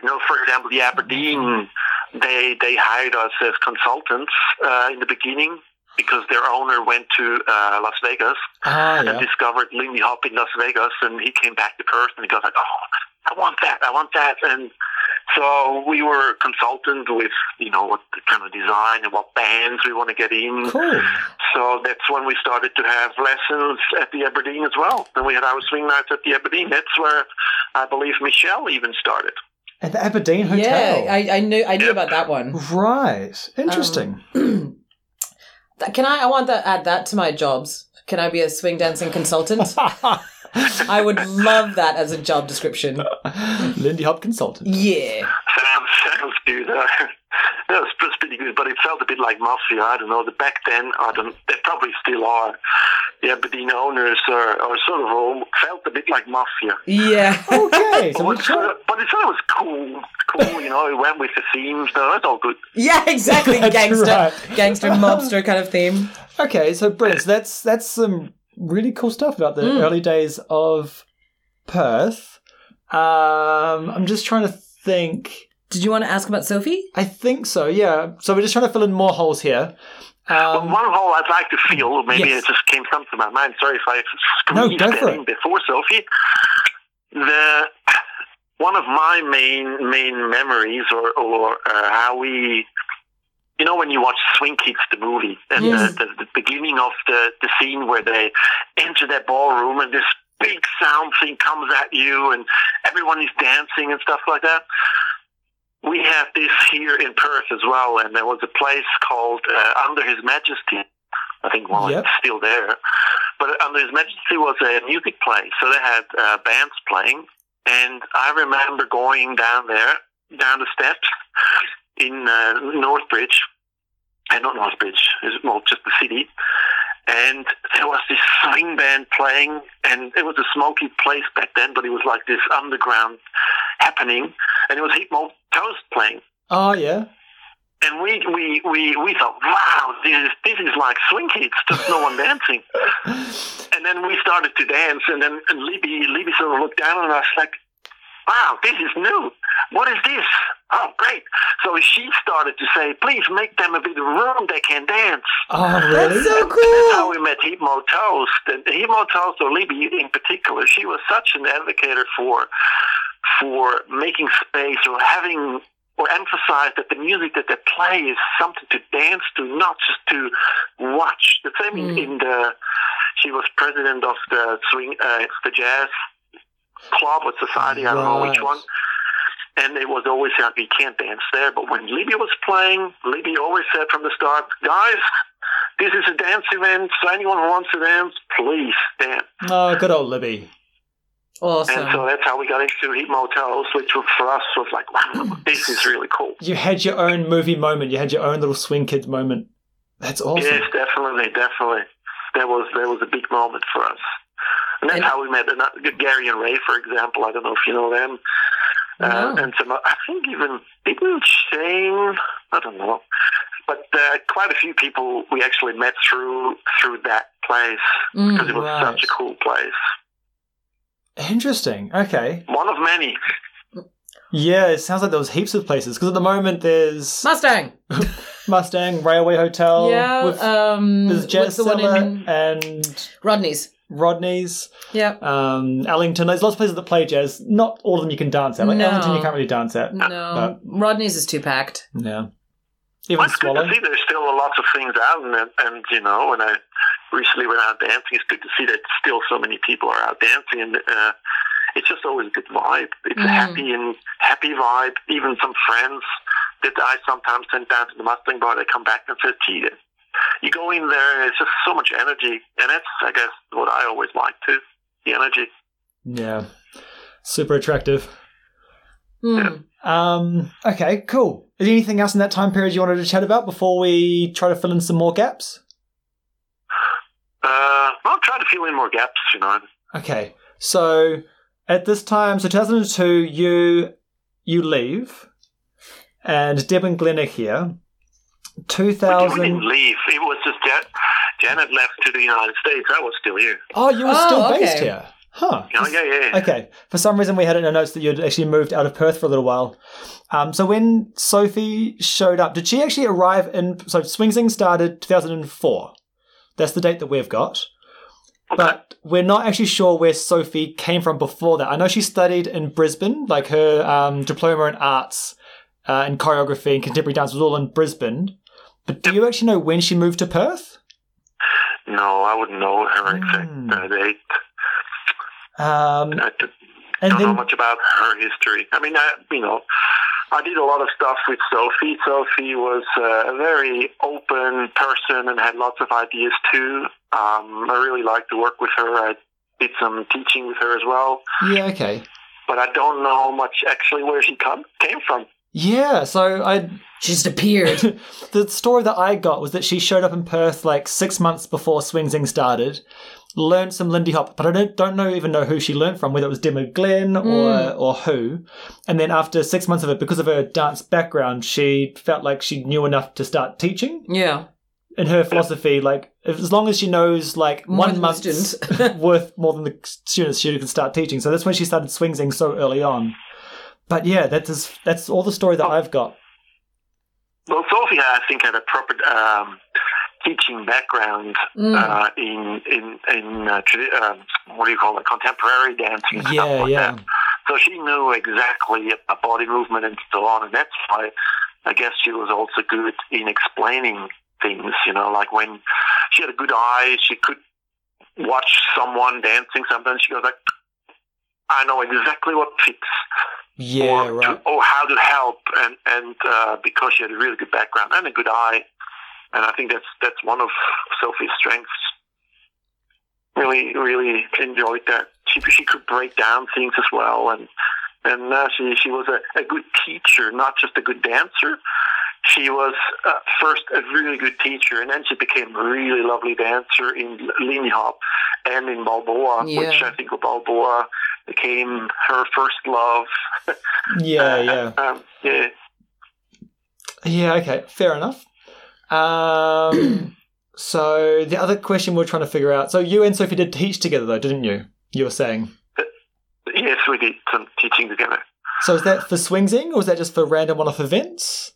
Speaker 4: you know, for example, the Aberdeen, they they hired us as consultants uh, in the beginning because their owner went to uh, Las Vegas
Speaker 1: ah,
Speaker 4: and
Speaker 1: yeah.
Speaker 4: discovered Lindy Hop in Las Vegas, and he came back to Perth and he goes like, "Oh, I want that, I want that," and so we were consultant with you know what kind of design and what bands we want to get in.
Speaker 1: Cool.
Speaker 4: So that's when we started to have lessons at the Aberdeen as well. And we had our swing nights at the Aberdeen. That's where I believe Michelle even started.
Speaker 1: At the Aberdeen Hotel.
Speaker 2: Yeah, I, I knew I knew
Speaker 4: Yep.
Speaker 2: about that one.
Speaker 1: right. Interesting.
Speaker 2: That- Can I? I want to add that to my jobs. Can I be a swing dancing consultant? I would love that as a job description.
Speaker 1: Lindy Hop consultant.
Speaker 2: Yeah.
Speaker 4: Sounds, sounds Um, good. Uh, that was just pretty good, but it felt a bit like mafia. I don't know. The back then, I don't. They probably still are. The Aberdeen owners are, are sort of all, felt a bit like mafia.
Speaker 2: Yeah.
Speaker 1: Okay, so
Speaker 4: But,
Speaker 1: we
Speaker 4: it sort
Speaker 1: tried.
Speaker 4: of, but it sort of was cool. Cool, you know. It went with the themes. No, it's all good.
Speaker 2: Yeah, exactly.
Speaker 1: That's
Speaker 2: gangster,
Speaker 1: right.
Speaker 2: gangster, mobster kind of theme.
Speaker 1: Okay, so Brent, so that's that's some really cool stuff about the
Speaker 2: Hmm.
Speaker 1: early days of Perth. Um, I'm just trying to think.
Speaker 2: Did you want to ask about Sophie?
Speaker 1: I think so. Yeah. So we're just trying to fill in more holes here.
Speaker 4: But
Speaker 1: Um,
Speaker 4: one hole I'd like to feel, maybe
Speaker 1: Yes.
Speaker 4: it just came something to my mind. Sorry if I
Speaker 1: No,
Speaker 4: squeezed
Speaker 1: go
Speaker 4: that
Speaker 1: for
Speaker 4: in
Speaker 1: it.
Speaker 4: before Sophie. The one of my main main memories, or or uh, how we, you know, when you watch Swing Kids the movie, and
Speaker 2: Yes.
Speaker 4: the, the, the beginning of the the scene where they enter that ballroom and this big sound thing comes at you, and everyone is dancing and stuff like that. We have this here in Perth as well, and there was a place called uh, Under His Majesty. I think well,
Speaker 1: Yep.
Speaker 4: it's still there. But Under His Majesty was a music place, so they had uh, bands playing. And I remember going down there, down the steps in uh, Northbridge, and not Northbridge, it's well, just the city. And there was this swing band playing, and it was a smoky place back then, but it was like this underground happening, and it was Heatmore Toast playing.
Speaker 1: Oh, yeah.
Speaker 4: And we, we, we, we thought, wow, this is, this is like swing kids, just no one dancing. And then we started to dance, and then and Libby, Libby sort of looked down on us like, wow, this is new. What is this? Oh, great. So she started to say, please make them a bit of room, they can dance.
Speaker 1: Oh, really?
Speaker 2: That's so
Speaker 4: That's how
Speaker 2: cool.
Speaker 4: we met Himo Toast. And Himo Toast, or Libby in particular, she was such an advocate for for making space or having or emphasize that the music that they play is something to dance to, not just to watch. The same
Speaker 2: Mm.
Speaker 4: in the she was president of the swing uh, the jazz club or society, I don't know which
Speaker 1: Right.
Speaker 4: one. And it was always like, you can't dance there. But when Libby was playing, Libby always said from the start, guys, this is a dance event. So anyone who wants to dance, please dance.
Speaker 1: Oh, good old Libby.
Speaker 4: And so
Speaker 2: Awesome.
Speaker 4: that's how we got into Heat Motels, which was- for us was like, wow, this is really cool.
Speaker 1: You had your own movie moment. You had your own little swing kids moment. That's awesome.
Speaker 4: Yes, definitely, definitely. That was that was a big moment for us. And that's
Speaker 2: And-
Speaker 4: how we met and, uh, Gary and Ray, for example. I don't know if you know them. Uh,
Speaker 2: No.
Speaker 4: and some, I think even didn't Shane. I don't know, but uh, quite a few people we actually met through through that place
Speaker 2: Mm.
Speaker 4: because it was
Speaker 1: right.
Speaker 4: such a cool place.
Speaker 1: Interesting. Okay.
Speaker 4: One of many.
Speaker 1: Yeah, it sounds like there was heaps of places because at the moment there's
Speaker 2: Mustang.
Speaker 1: Mustang Railway Hotel.
Speaker 2: yeah.
Speaker 1: with-
Speaker 2: um,
Speaker 1: there's Jazz
Speaker 2: what's the one
Speaker 1: Cellar
Speaker 2: in
Speaker 1: and
Speaker 2: Rodney's?
Speaker 1: Rodney's,
Speaker 2: Yeah.
Speaker 1: um, Allington. There's lots of places that play jazz. Not all of them you can dance at. Like
Speaker 2: No. Mm.
Speaker 1: Allington, you can't really dance at. uh,
Speaker 2: No, Rodney's is too packed.
Speaker 1: Yeah. Even
Speaker 4: Well, it's good
Speaker 1: Swallow.
Speaker 4: to see there's still lots of things out, and and you know, when I recently went out dancing, it's good to see that still so many people are out dancing, and uh, it's just always a good vibe. It's
Speaker 2: Mm.
Speaker 4: a happy and happy vibe. Even some friends that I sometimes send down to the Mustang bar, they come back and say, "Gee, you go in there, and it's just so much energy," and that's, I guess, what I always like too. The energy.
Speaker 1: Yeah. Super attractive.
Speaker 2: Hmm.
Speaker 1: Um, okay, cool. Is there anything else in that time period you wanted to chat about before we try to fill in some more gaps?
Speaker 4: Uh, I'm trying to fill in more gaps, you know.
Speaker 1: Okay. So at this time, so 2002, you you leave, and Deb and Glenn are here.
Speaker 4: We didn't- we
Speaker 1: 2000.
Speaker 4: didn't leave. It was just Jan- Janet left to the United States. I was still here.
Speaker 1: Oh, you were
Speaker 2: Oh,
Speaker 1: still based
Speaker 2: okay.
Speaker 1: here. Huh.
Speaker 4: Oh, yeah, yeah, yeah.
Speaker 1: Okay. For some reason, we had it in our notes that you'd actually moved out of Perth for a little while. Um, so when Sophie showed up, did she actually arrive in? So Swing Sing started 2004. That's the date that we've got. But we're not actually sure where Sophie came from before that. I know she studied in Brisbane, like her um, diploma in arts uh, and choreography and contemporary dance was all in Brisbane. But do you actually know when she moved to Perth?
Speaker 4: No, I wouldn't know her exact
Speaker 1: Hmm.
Speaker 4: uh, date.
Speaker 1: Um,
Speaker 4: I d-
Speaker 1: and
Speaker 4: don't know
Speaker 1: then,
Speaker 4: much about her history. I mean, I, you know, I did a lot of stuff with Sophie. Sophie was uh, a very open person and had lots of ideas too. Um, I really liked to work with her. I did some teaching with her as well,
Speaker 1: yeah, okay.
Speaker 4: but I don't know much actually where she come, came from.
Speaker 1: Yeah, so I
Speaker 2: She just appeared.
Speaker 1: the story that I got was that she showed up in Perth like six months before Swing Zing started, learned some Lindy Hop, but I don't, don't know even know who she learned from, whether it was Demo Glenn or
Speaker 2: Mm.
Speaker 1: or who. And then after six months of it, because of her dance background, she felt like she knew enough to start teaching.
Speaker 2: yeah.
Speaker 1: In her philosophy, like if, as long as she knows like
Speaker 2: More
Speaker 1: one
Speaker 2: than the
Speaker 1: month's
Speaker 2: students.
Speaker 1: worth more than the students, she can start teaching. So that's when she started Swing Zing so early on. But yeah, that is that's all the story that I've got.
Speaker 4: Well, Sophie, I think, had a proper um, teaching background
Speaker 2: Mm.
Speaker 4: uh, in in in uh, tradi- um what do you call it, contemporary dancing and stuff
Speaker 1: Yeah,
Speaker 4: like
Speaker 1: yeah.
Speaker 4: that. So she knew exactly my body movement and so on. And that's why I guess she was also good in explaining things, you know, like when she had a good eye, she could watch someone dancing sometimes. She goes like, I know exactly what fits
Speaker 1: Yeah,
Speaker 4: or,
Speaker 1: right.
Speaker 4: to, or how to help, and and uh, because she had a really good background and a good eye, and I think that's that's one of Sophie's strengths. Really, really enjoyed that. She she could break down things as well, and and uh, she she was a, a good teacher, not just a good dancer. She was uh, first a really good teacher, and then she became a really lovely dancer in Lindy Hop and in Balboa, which
Speaker 2: Yeah.
Speaker 4: I think Balboa became her first love.
Speaker 1: Yeah, yeah.
Speaker 4: Um, yeah.
Speaker 1: Yeah, okay, fair enough. Um, so the other question we're trying to figure out. So you and Sophie did teach together, though, didn't you? You were saying.
Speaker 4: Yes, we did some teaching together.
Speaker 1: So is that for swingsing, or is that just for random one-off events?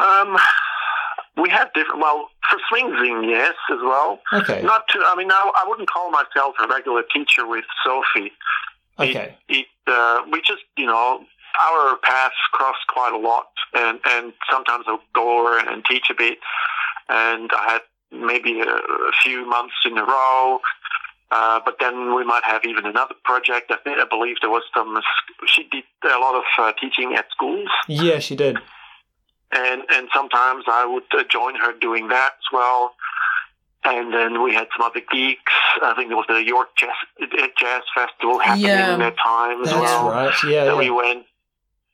Speaker 4: Um, we have different. Well, for swinging, yes, as well.
Speaker 1: Okay,
Speaker 4: Not to. I mean, I, I wouldn't call myself a regular teacher with Sophie.
Speaker 1: okay,
Speaker 4: It, uh, we just, you know, our paths cross quite a lot, and and sometimes I'll go over and, and teach a bit. And I had maybe a, a few months in a row. Uh, but then we might have even another project. I think I believe there was some. She did a lot of uh, teaching at schools.
Speaker 1: yeah, she did.
Speaker 4: and and sometimes I would uh, join her doing that as well. And then we had some other geeks. I think there was the York Jazz, uh, Jazz Festival happening
Speaker 2: Yeah.
Speaker 4: at that time as
Speaker 1: That's
Speaker 4: well.
Speaker 1: right. Yeah,
Speaker 4: That we
Speaker 1: yeah.
Speaker 4: went.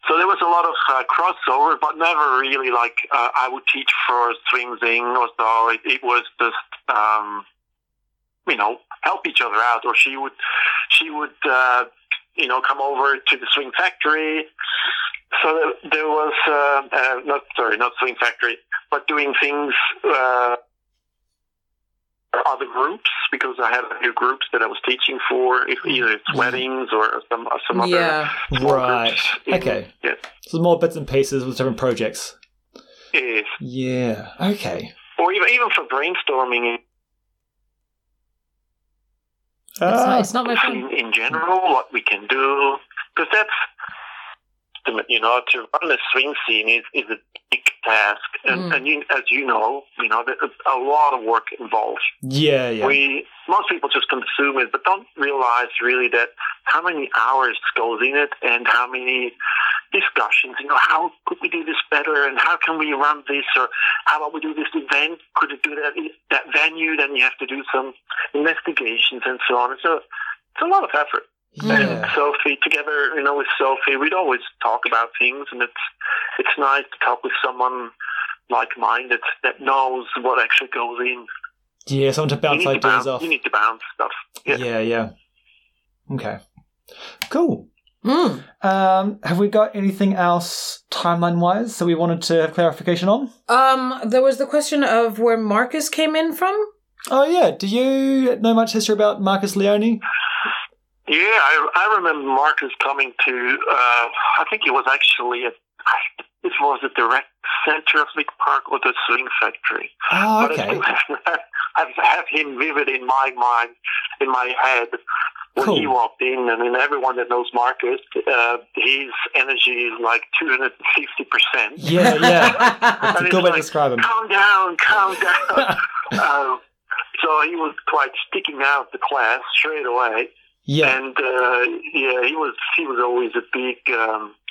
Speaker 4: So there was a lot of uh, crossover, but never really like uh, I would teach for swing thing or so. It, it was just um, you know help each other out, or she would she would uh, you know come over to the swing factory. So there, there was uh, uh, not sorry not swing factory, but doing things. Uh, for other groups because I had a few groups that I was teaching for, if either
Speaker 1: Mm-hmm.
Speaker 4: it's weddings or some or some other
Speaker 2: Yeah.
Speaker 4: small
Speaker 1: right.
Speaker 4: groups in-
Speaker 1: Okay,
Speaker 4: Yeah.
Speaker 1: so more bits and pieces with different projects.
Speaker 4: Yes.
Speaker 1: Yeah. Okay.
Speaker 4: Or even even for brainstorming
Speaker 2: It's,
Speaker 1: Ah,
Speaker 2: not, it's not my phone.
Speaker 4: in, in general, what we can do, because that's you know to run a swing scene is, is a big task, and,
Speaker 2: Mm.
Speaker 4: and you, as you know, you know there's a lot of work involved.
Speaker 1: yeah, yeah.
Speaker 4: We most people just consume it, but don't realize really that how many hours goes in it, and how many discussions. You know, how could we do this better, and how can we run this, or how about we do this event? Could it do that that venue? Then you have to do some investigations and so on. So it's a lot of effort. And
Speaker 1: yeah.
Speaker 4: Sophie, together, you know, with Sophie, we'd always talk about things, and it's it's nice to talk with someone like-minded that knows what actually goes in
Speaker 1: Yeah, someone to bounce
Speaker 4: you need to
Speaker 1: ideas
Speaker 4: bounce,
Speaker 1: off.
Speaker 4: You need to bounce stuff. Yeah.
Speaker 1: Yeah, yeah. Okay. Cool.
Speaker 2: Mm.
Speaker 1: Um, have we got anything else timeline wise that we wanted to have clarification on?
Speaker 2: Um, there was the question of where Marcus came in from.
Speaker 1: Oh yeah, do you know much history about Marcus Leone?
Speaker 4: Yeah, I, I remember Marcus coming to. Uh, I think it was actually at. It was at the rec center of Vic Park or the Swing Factory.
Speaker 1: Oh,
Speaker 4: Ah, But I
Speaker 1: okay.
Speaker 4: still have, I have him vivid in my mind, in my head, when he
Speaker 1: Cool.
Speaker 4: walked in. And then everyone that knows Marcus, uh, his energy is like 250%.
Speaker 1: Yeah, yeah. That's a
Speaker 4: And
Speaker 1: good
Speaker 4: it's
Speaker 1: way to
Speaker 4: like,
Speaker 1: describe him.
Speaker 4: calm down, calm down. um, so he was quite sticking out the class straight away.
Speaker 1: Yeah.
Speaker 4: And uh, yeah, he was he was always a big um,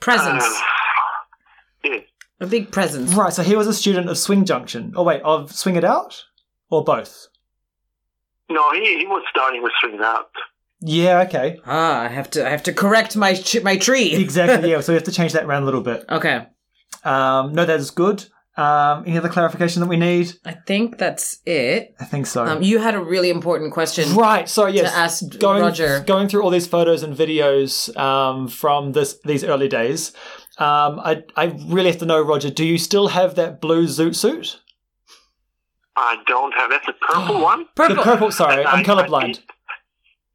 Speaker 2: presence.
Speaker 4: uh, yeah,
Speaker 2: a big presence.
Speaker 1: Right, so he was a student of Swing Junction. Oh wait, of Swing It Out? Or both?
Speaker 4: no, he, he was starting with swing out.
Speaker 1: Yeah, okay.
Speaker 2: Ah, I have to. I have to correct my ch- my tree.
Speaker 1: Exactly, yeah. So we have to change that around a little bit.
Speaker 2: Okay.
Speaker 1: Um, no, that is good. Um, any other clarification that we need?
Speaker 2: I think that's it.
Speaker 1: I think so.
Speaker 2: Um, you had a really important question.
Speaker 1: Right. So yes,
Speaker 2: ask
Speaker 1: going
Speaker 2: Roger.
Speaker 1: going through all these photos and videos um, from this these early days, um, I I really have to know, Roger. Do you still have that blue zoot suit?
Speaker 4: I don't have that's a purple one.
Speaker 2: Purple.
Speaker 1: The purple. Sorry, I'm
Speaker 4: I- Um,
Speaker 1: colorblind.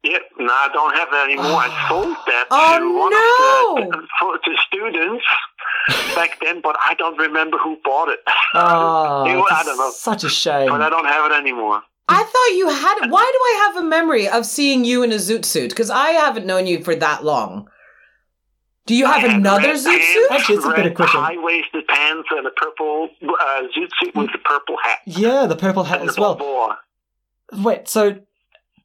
Speaker 4: Yep, no, I don't have that anymore. I sold that
Speaker 2: Oh,
Speaker 4: to one of
Speaker 2: no!
Speaker 4: the for, to students back then, but I don't remember who bought it.
Speaker 1: Ah,
Speaker 4: You- I
Speaker 1: that's
Speaker 4: don't know.
Speaker 1: such a shame.
Speaker 4: but I don't have it anymore.
Speaker 2: I thought you had. Why do I have a memory of seeing you in a zoot suit? Because I haven't known you for that long. Do you have
Speaker 4: I had
Speaker 2: another
Speaker 4: red
Speaker 2: zoot
Speaker 4: pants,
Speaker 2: suit?
Speaker 1: Actually, it's a
Speaker 4: red
Speaker 1: better question.
Speaker 4: High-waisted pants and a purple uh, zoot suit with a purple hat.
Speaker 1: Yeah, the purple hat
Speaker 4: And
Speaker 1: as
Speaker 4: the
Speaker 1: well.
Speaker 4: boa.
Speaker 1: Wait, so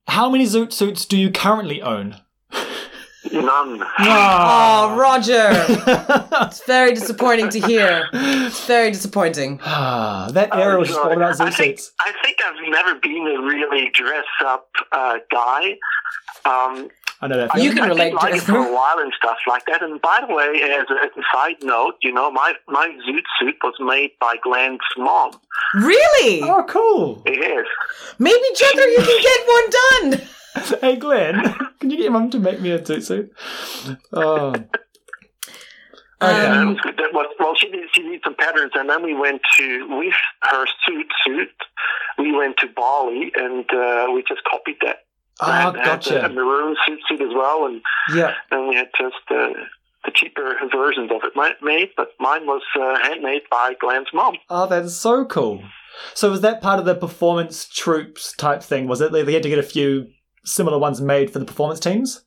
Speaker 1: how many zoot suits do you currently own?
Speaker 4: None.
Speaker 2: Oh,
Speaker 1: Ah.
Speaker 2: Roger. it's very disappointing to hear. It's very disappointing.
Speaker 1: Ah, that era was just all about
Speaker 4: Oh, Uh, I
Speaker 1: zoot
Speaker 4: think,
Speaker 1: suits.
Speaker 4: I think I've never been a really dress up uh, guy. Um,
Speaker 1: I know that.
Speaker 4: I-
Speaker 1: feeling.
Speaker 2: You can
Speaker 4: I
Speaker 2: relate to
Speaker 4: did like
Speaker 2: this.
Speaker 4: it for a while and stuff like that. And by the way, as a, as a side note, you know, my my zoot suit was made by Glenn's mom.
Speaker 2: Really?
Speaker 1: Oh, cool.
Speaker 4: It is.
Speaker 2: Maybe Jethro, you can get one done.
Speaker 1: Hey, Glenn, can you get your mum to make me a zoot suit? Oh. Okay.
Speaker 4: And that
Speaker 2: Um,
Speaker 4: was good. That was, well, she did, she did some patterns, and then we went to with her suit suit. We went to Bali, and uh, we just copied that.
Speaker 1: Ah,
Speaker 4: and had a- a
Speaker 1: gotcha.
Speaker 4: maroon suit suit as well, and
Speaker 1: Yeah.
Speaker 4: then we had just uh, the cheaper versions of it mi- made, but mine was uh, handmade by Glenn's mom.
Speaker 1: Oh, that's so cool. So was that part of the performance troops type thing? Was it they they had to get a few similar ones made for the performance teams?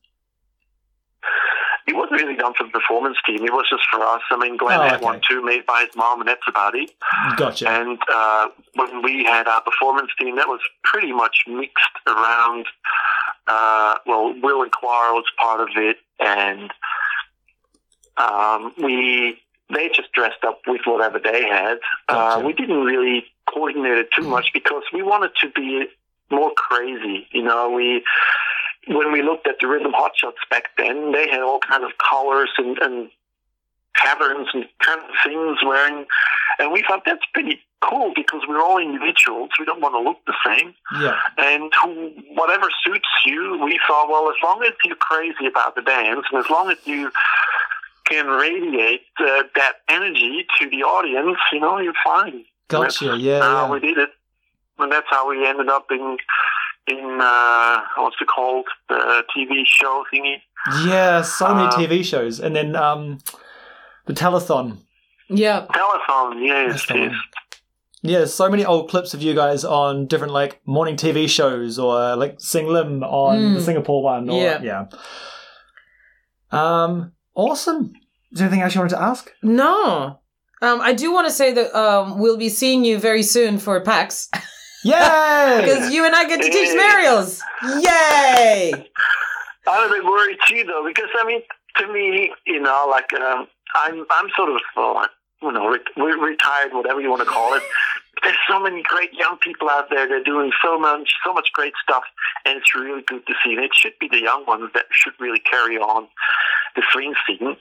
Speaker 4: It wasn't really done for the performance team. It was just for us. I mean, Glenn
Speaker 1: Oh,
Speaker 4: had
Speaker 1: okay.
Speaker 4: one too, made by his mom, and that's about it.
Speaker 1: Gotcha.
Speaker 4: And uh, when we had our performance team, that was pretty much mixed around. Uh, well, Will and Quarrel was part of it, and um, we they just dressed up with whatever they had.
Speaker 1: Gotcha.
Speaker 4: Uh, we didn't really coordinate it too much because we wanted to be more crazy. You know, we when we looked at the Rhythm Hotshots back then, they had all kinds of colors and, and patterns and kind of things wearing, and we thought that's pretty cool because we're all individuals. We don't want to look the same,
Speaker 1: Yeah.
Speaker 4: and who, whatever suits you, we thought. Well, as long as you're crazy about the dance, and as long as you can radiate uh, that energy to the audience, you know, you're fine.
Speaker 1: Gotcha.
Speaker 4: Uh,
Speaker 1: Yeah.
Speaker 4: we
Speaker 1: yeah.
Speaker 4: did it, and that's how we ended up in in uh, what's it called the TV show thingy.
Speaker 1: Yeah. So many
Speaker 4: Um,
Speaker 1: TV shows, and then um, the telethon.
Speaker 2: yeah.
Speaker 4: Telephone, yes,
Speaker 1: That's the
Speaker 4: yes.
Speaker 1: one. Yeah, there's so many old clips of you guys on different like morning TV shows or like Sing Lim on
Speaker 2: Mm.
Speaker 1: the Singapore one. Or,
Speaker 2: Yeah.
Speaker 1: yeah. Um. Awesome. Is there anything else you wanted to ask?
Speaker 2: No. Um, I do want to say that um, we'll be seeing you very soon for PAX
Speaker 1: Yay!
Speaker 2: because you and I get to teach
Speaker 4: Yay.
Speaker 2: Mariels. Yay!
Speaker 4: I'm a bit worried too, though, because I mean, to me, you know, like um, I'm, I'm sort of, well, I- you know, re- re- retired, whatever you want to call it. There's so many great young people out there. They're doing so much, so much great stuff, and it's really good to see. And it should be the young ones that should really carry on the swing scene,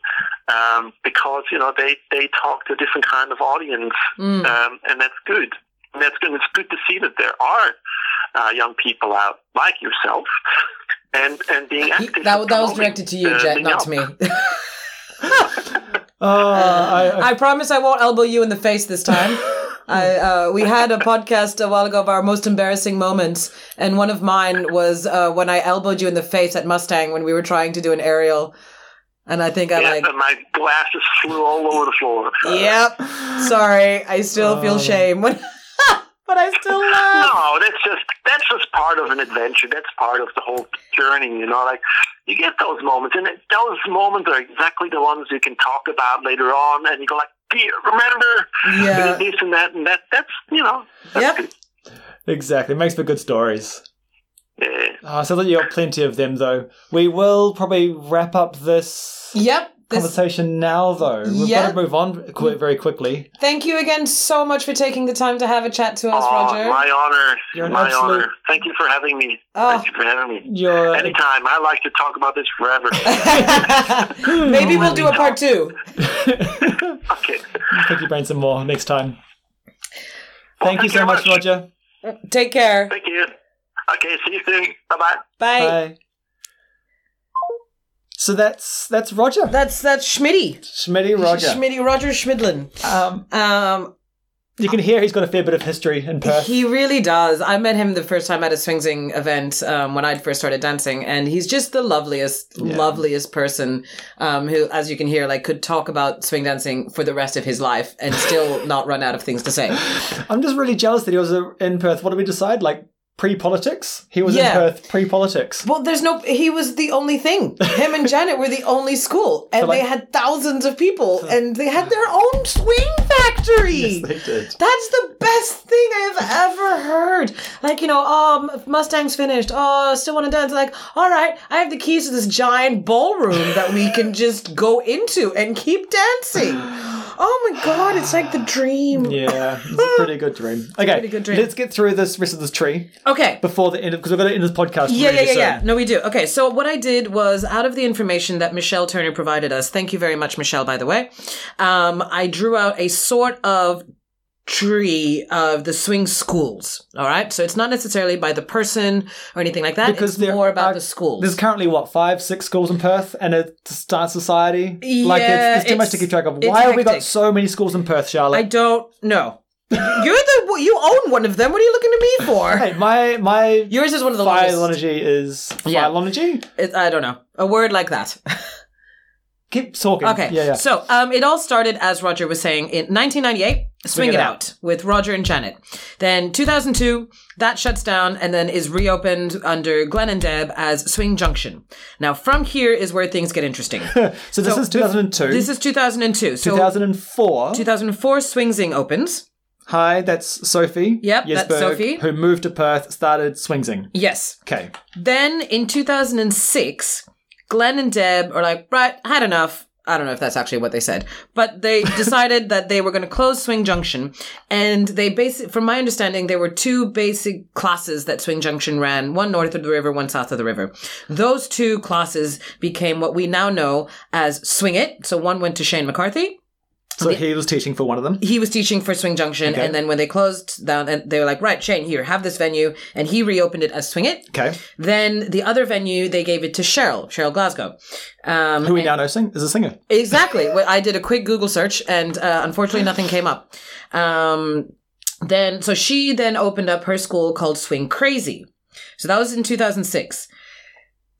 Speaker 4: um, because you know they they talk to a different kind of audience,
Speaker 2: Mm.
Speaker 4: um, and that's good. And that's good. It's good to see that there are uh, young people out like yourself, and and being
Speaker 2: You-
Speaker 4: active.
Speaker 2: That,
Speaker 4: and
Speaker 2: that was
Speaker 4: promoting,
Speaker 2: directed to you,
Speaker 4: uh,
Speaker 2: Jet,
Speaker 4: being
Speaker 2: not
Speaker 4: out.
Speaker 2: to me.
Speaker 1: Oh, I, I-
Speaker 2: Uh, I promise I won't elbow you in the face this time. I, uh, we had a podcast a while ago of our most embarrassing moments, and one of mine was uh, when I elbowed you in the face at Mustang when we were trying to do an aerial. And I think I
Speaker 4: Yeah,
Speaker 2: like,
Speaker 4: and my glasses flew all over the floor.
Speaker 2: yep, sorry, I still
Speaker 1: Oh.
Speaker 2: feel shame, when, but I still laugh.
Speaker 4: No, that's just that's just part of an adventure. That's part of the whole journey, you know. Like you get those moments, and it- those moments are exactly the ones you can talk about later on, and you go like, "Do you remember
Speaker 2: Yeah,
Speaker 4: this and that and that?" That's you know,
Speaker 2: yep.
Speaker 1: exactly. It makes for good stories.
Speaker 4: yeah.
Speaker 1: Uh, so that you got plenty of them, though. We will probably wrap up this
Speaker 2: Yep. This,
Speaker 1: conversation now, though. We've
Speaker 2: Yeah.
Speaker 1: got to move on qu- very quickly.
Speaker 2: thank you again so much for taking the time to have a chat to us,
Speaker 4: Oh,
Speaker 2: Roger.
Speaker 4: my honor,
Speaker 1: You're an
Speaker 4: my
Speaker 1: absolute- Uh,
Speaker 4: honor. Thank you for having me.
Speaker 2: Oh.
Speaker 4: Thank you for having me.
Speaker 1: You're
Speaker 4: Anytime. I like to talk about this forever.
Speaker 2: Maybe we'll do a part two.
Speaker 1: Hmm.
Speaker 4: okay.
Speaker 1: pick your brain some more next time.
Speaker 2: Oh,
Speaker 1: Thank you
Speaker 4: thank
Speaker 1: so
Speaker 4: you
Speaker 1: much,
Speaker 4: very much.
Speaker 1: Roger.
Speaker 2: Take care.
Speaker 4: Thank you. Okay. See you soon. Bye bye.
Speaker 2: Bye.
Speaker 1: Bye. So that's that's Roger.
Speaker 2: That's that's Schmitty.
Speaker 1: Schmitty Roger.
Speaker 2: Schmitty Roger Schmidlin.
Speaker 1: um,
Speaker 2: Um,
Speaker 1: you can hear he's got a fair bit of history in Perth.
Speaker 2: he really does. I met him the first time at a Swingsing event um, when I'd first started dancing, and he's just the loveliest,
Speaker 1: Yeah.
Speaker 2: loveliest person um, who, as you can hear, like could talk about swing dancing for the rest of his life and still not run out of things to say.
Speaker 1: I'm just really jealous that he was uh, in Perth. What did we decide? Like pre-politics. He was
Speaker 2: Yeah.
Speaker 1: in Perth pre-politics.
Speaker 2: Well, there's no. He was the only thing. Him and Janet were the only school, and
Speaker 1: So, like-
Speaker 2: they had thousands of people, and they had their own swing factory.
Speaker 1: they did.
Speaker 2: That's the best thing I've ever heard. Like, you know, oh, Mustang's finished. Oh, still want to dance. Like, all right, I have the keys to this giant ballroom that we can just go into and keep dancing. Oh my God, it's like the dream.
Speaker 1: Yeah, it's a pretty good dream. Okay,
Speaker 2: Pretty good dream.
Speaker 1: let's get through this rest of this tree
Speaker 2: Okay.
Speaker 1: before the end of because we're going to end this podcast.
Speaker 2: Yeah, yeah,
Speaker 1: really
Speaker 2: yeah, yeah.
Speaker 1: soon.
Speaker 2: No, we do. Okay, so what I did was out of the information that Michelle Turner provided us, thank you very much, Michelle, by the way, um, I drew out a sort of tree of the swing schools. All right, so it's not necessarily by the person or anything like that.
Speaker 1: Because
Speaker 2: it's
Speaker 1: there
Speaker 2: more about
Speaker 1: are-
Speaker 2: the
Speaker 1: There's
Speaker 2: schools.
Speaker 1: currently what five, six schools in Perth, and a star society. like
Speaker 2: Yeah,
Speaker 1: it's, it's too much
Speaker 2: it's-
Speaker 1: to keep track of.
Speaker 2: it's
Speaker 1: Why have we got
Speaker 2: hectic.
Speaker 1: so many schools in Perth, Charlotte?
Speaker 2: I don't know. You're the you own one of them. What are you looking at me for?
Speaker 1: Hey, my my
Speaker 2: Yours is one of the longest.
Speaker 1: philology is
Speaker 2: Yeah.
Speaker 1: philology.
Speaker 2: It, I don't know a word like that.
Speaker 1: Keep talking.
Speaker 2: Okay.
Speaker 1: Yeah, yeah.
Speaker 2: So um, it all started, as Roger was saying, in 1998, Swing
Speaker 1: It
Speaker 2: It,
Speaker 1: Out.
Speaker 2: out. with Roger and Janet. Then 2002, that shuts down and then is reopened under Glenn and Deb as Swing Junction. Now, from here is where things get interesting.
Speaker 1: so this
Speaker 2: so
Speaker 1: is 2002.
Speaker 2: this is 2002. So
Speaker 1: 2004.
Speaker 2: 2004, Swing Zing opens.
Speaker 1: Hi, that's Sophie.
Speaker 2: Yep, that's
Speaker 1: Jesberg,
Speaker 2: Sophie.
Speaker 1: Who moved to Perth, started Swingsing.
Speaker 2: Yes.
Speaker 1: Okay.
Speaker 2: Then in 2006, Glenn and Deb are like, right, I had enough. I don't know if that's actually what they said, but they decided that they were going to close Swing Junction. And they basic, from my understanding, there were two basic classes that Swing Junction ran, one north of the river, one south of the river. Those two classes became what we now know as Swing It. So one went to Shane McCarthy.
Speaker 1: So he was teaching for one of them.
Speaker 2: He was teaching for Swing Junction. And then when they closed down, and they were like, right, Shane, here, have this venue. And he reopened it as Swing It.
Speaker 1: Okay.
Speaker 2: Then the other venue, they gave it to Cheryl, Cheryl Glasgow. Um,
Speaker 1: Who we now know sing- is a singer.
Speaker 2: exactly. Well, I did a quick Google search and uh, unfortunately nothing came up. Um, then, so she then opened up her school called Swing Crazy. So that was in 2006.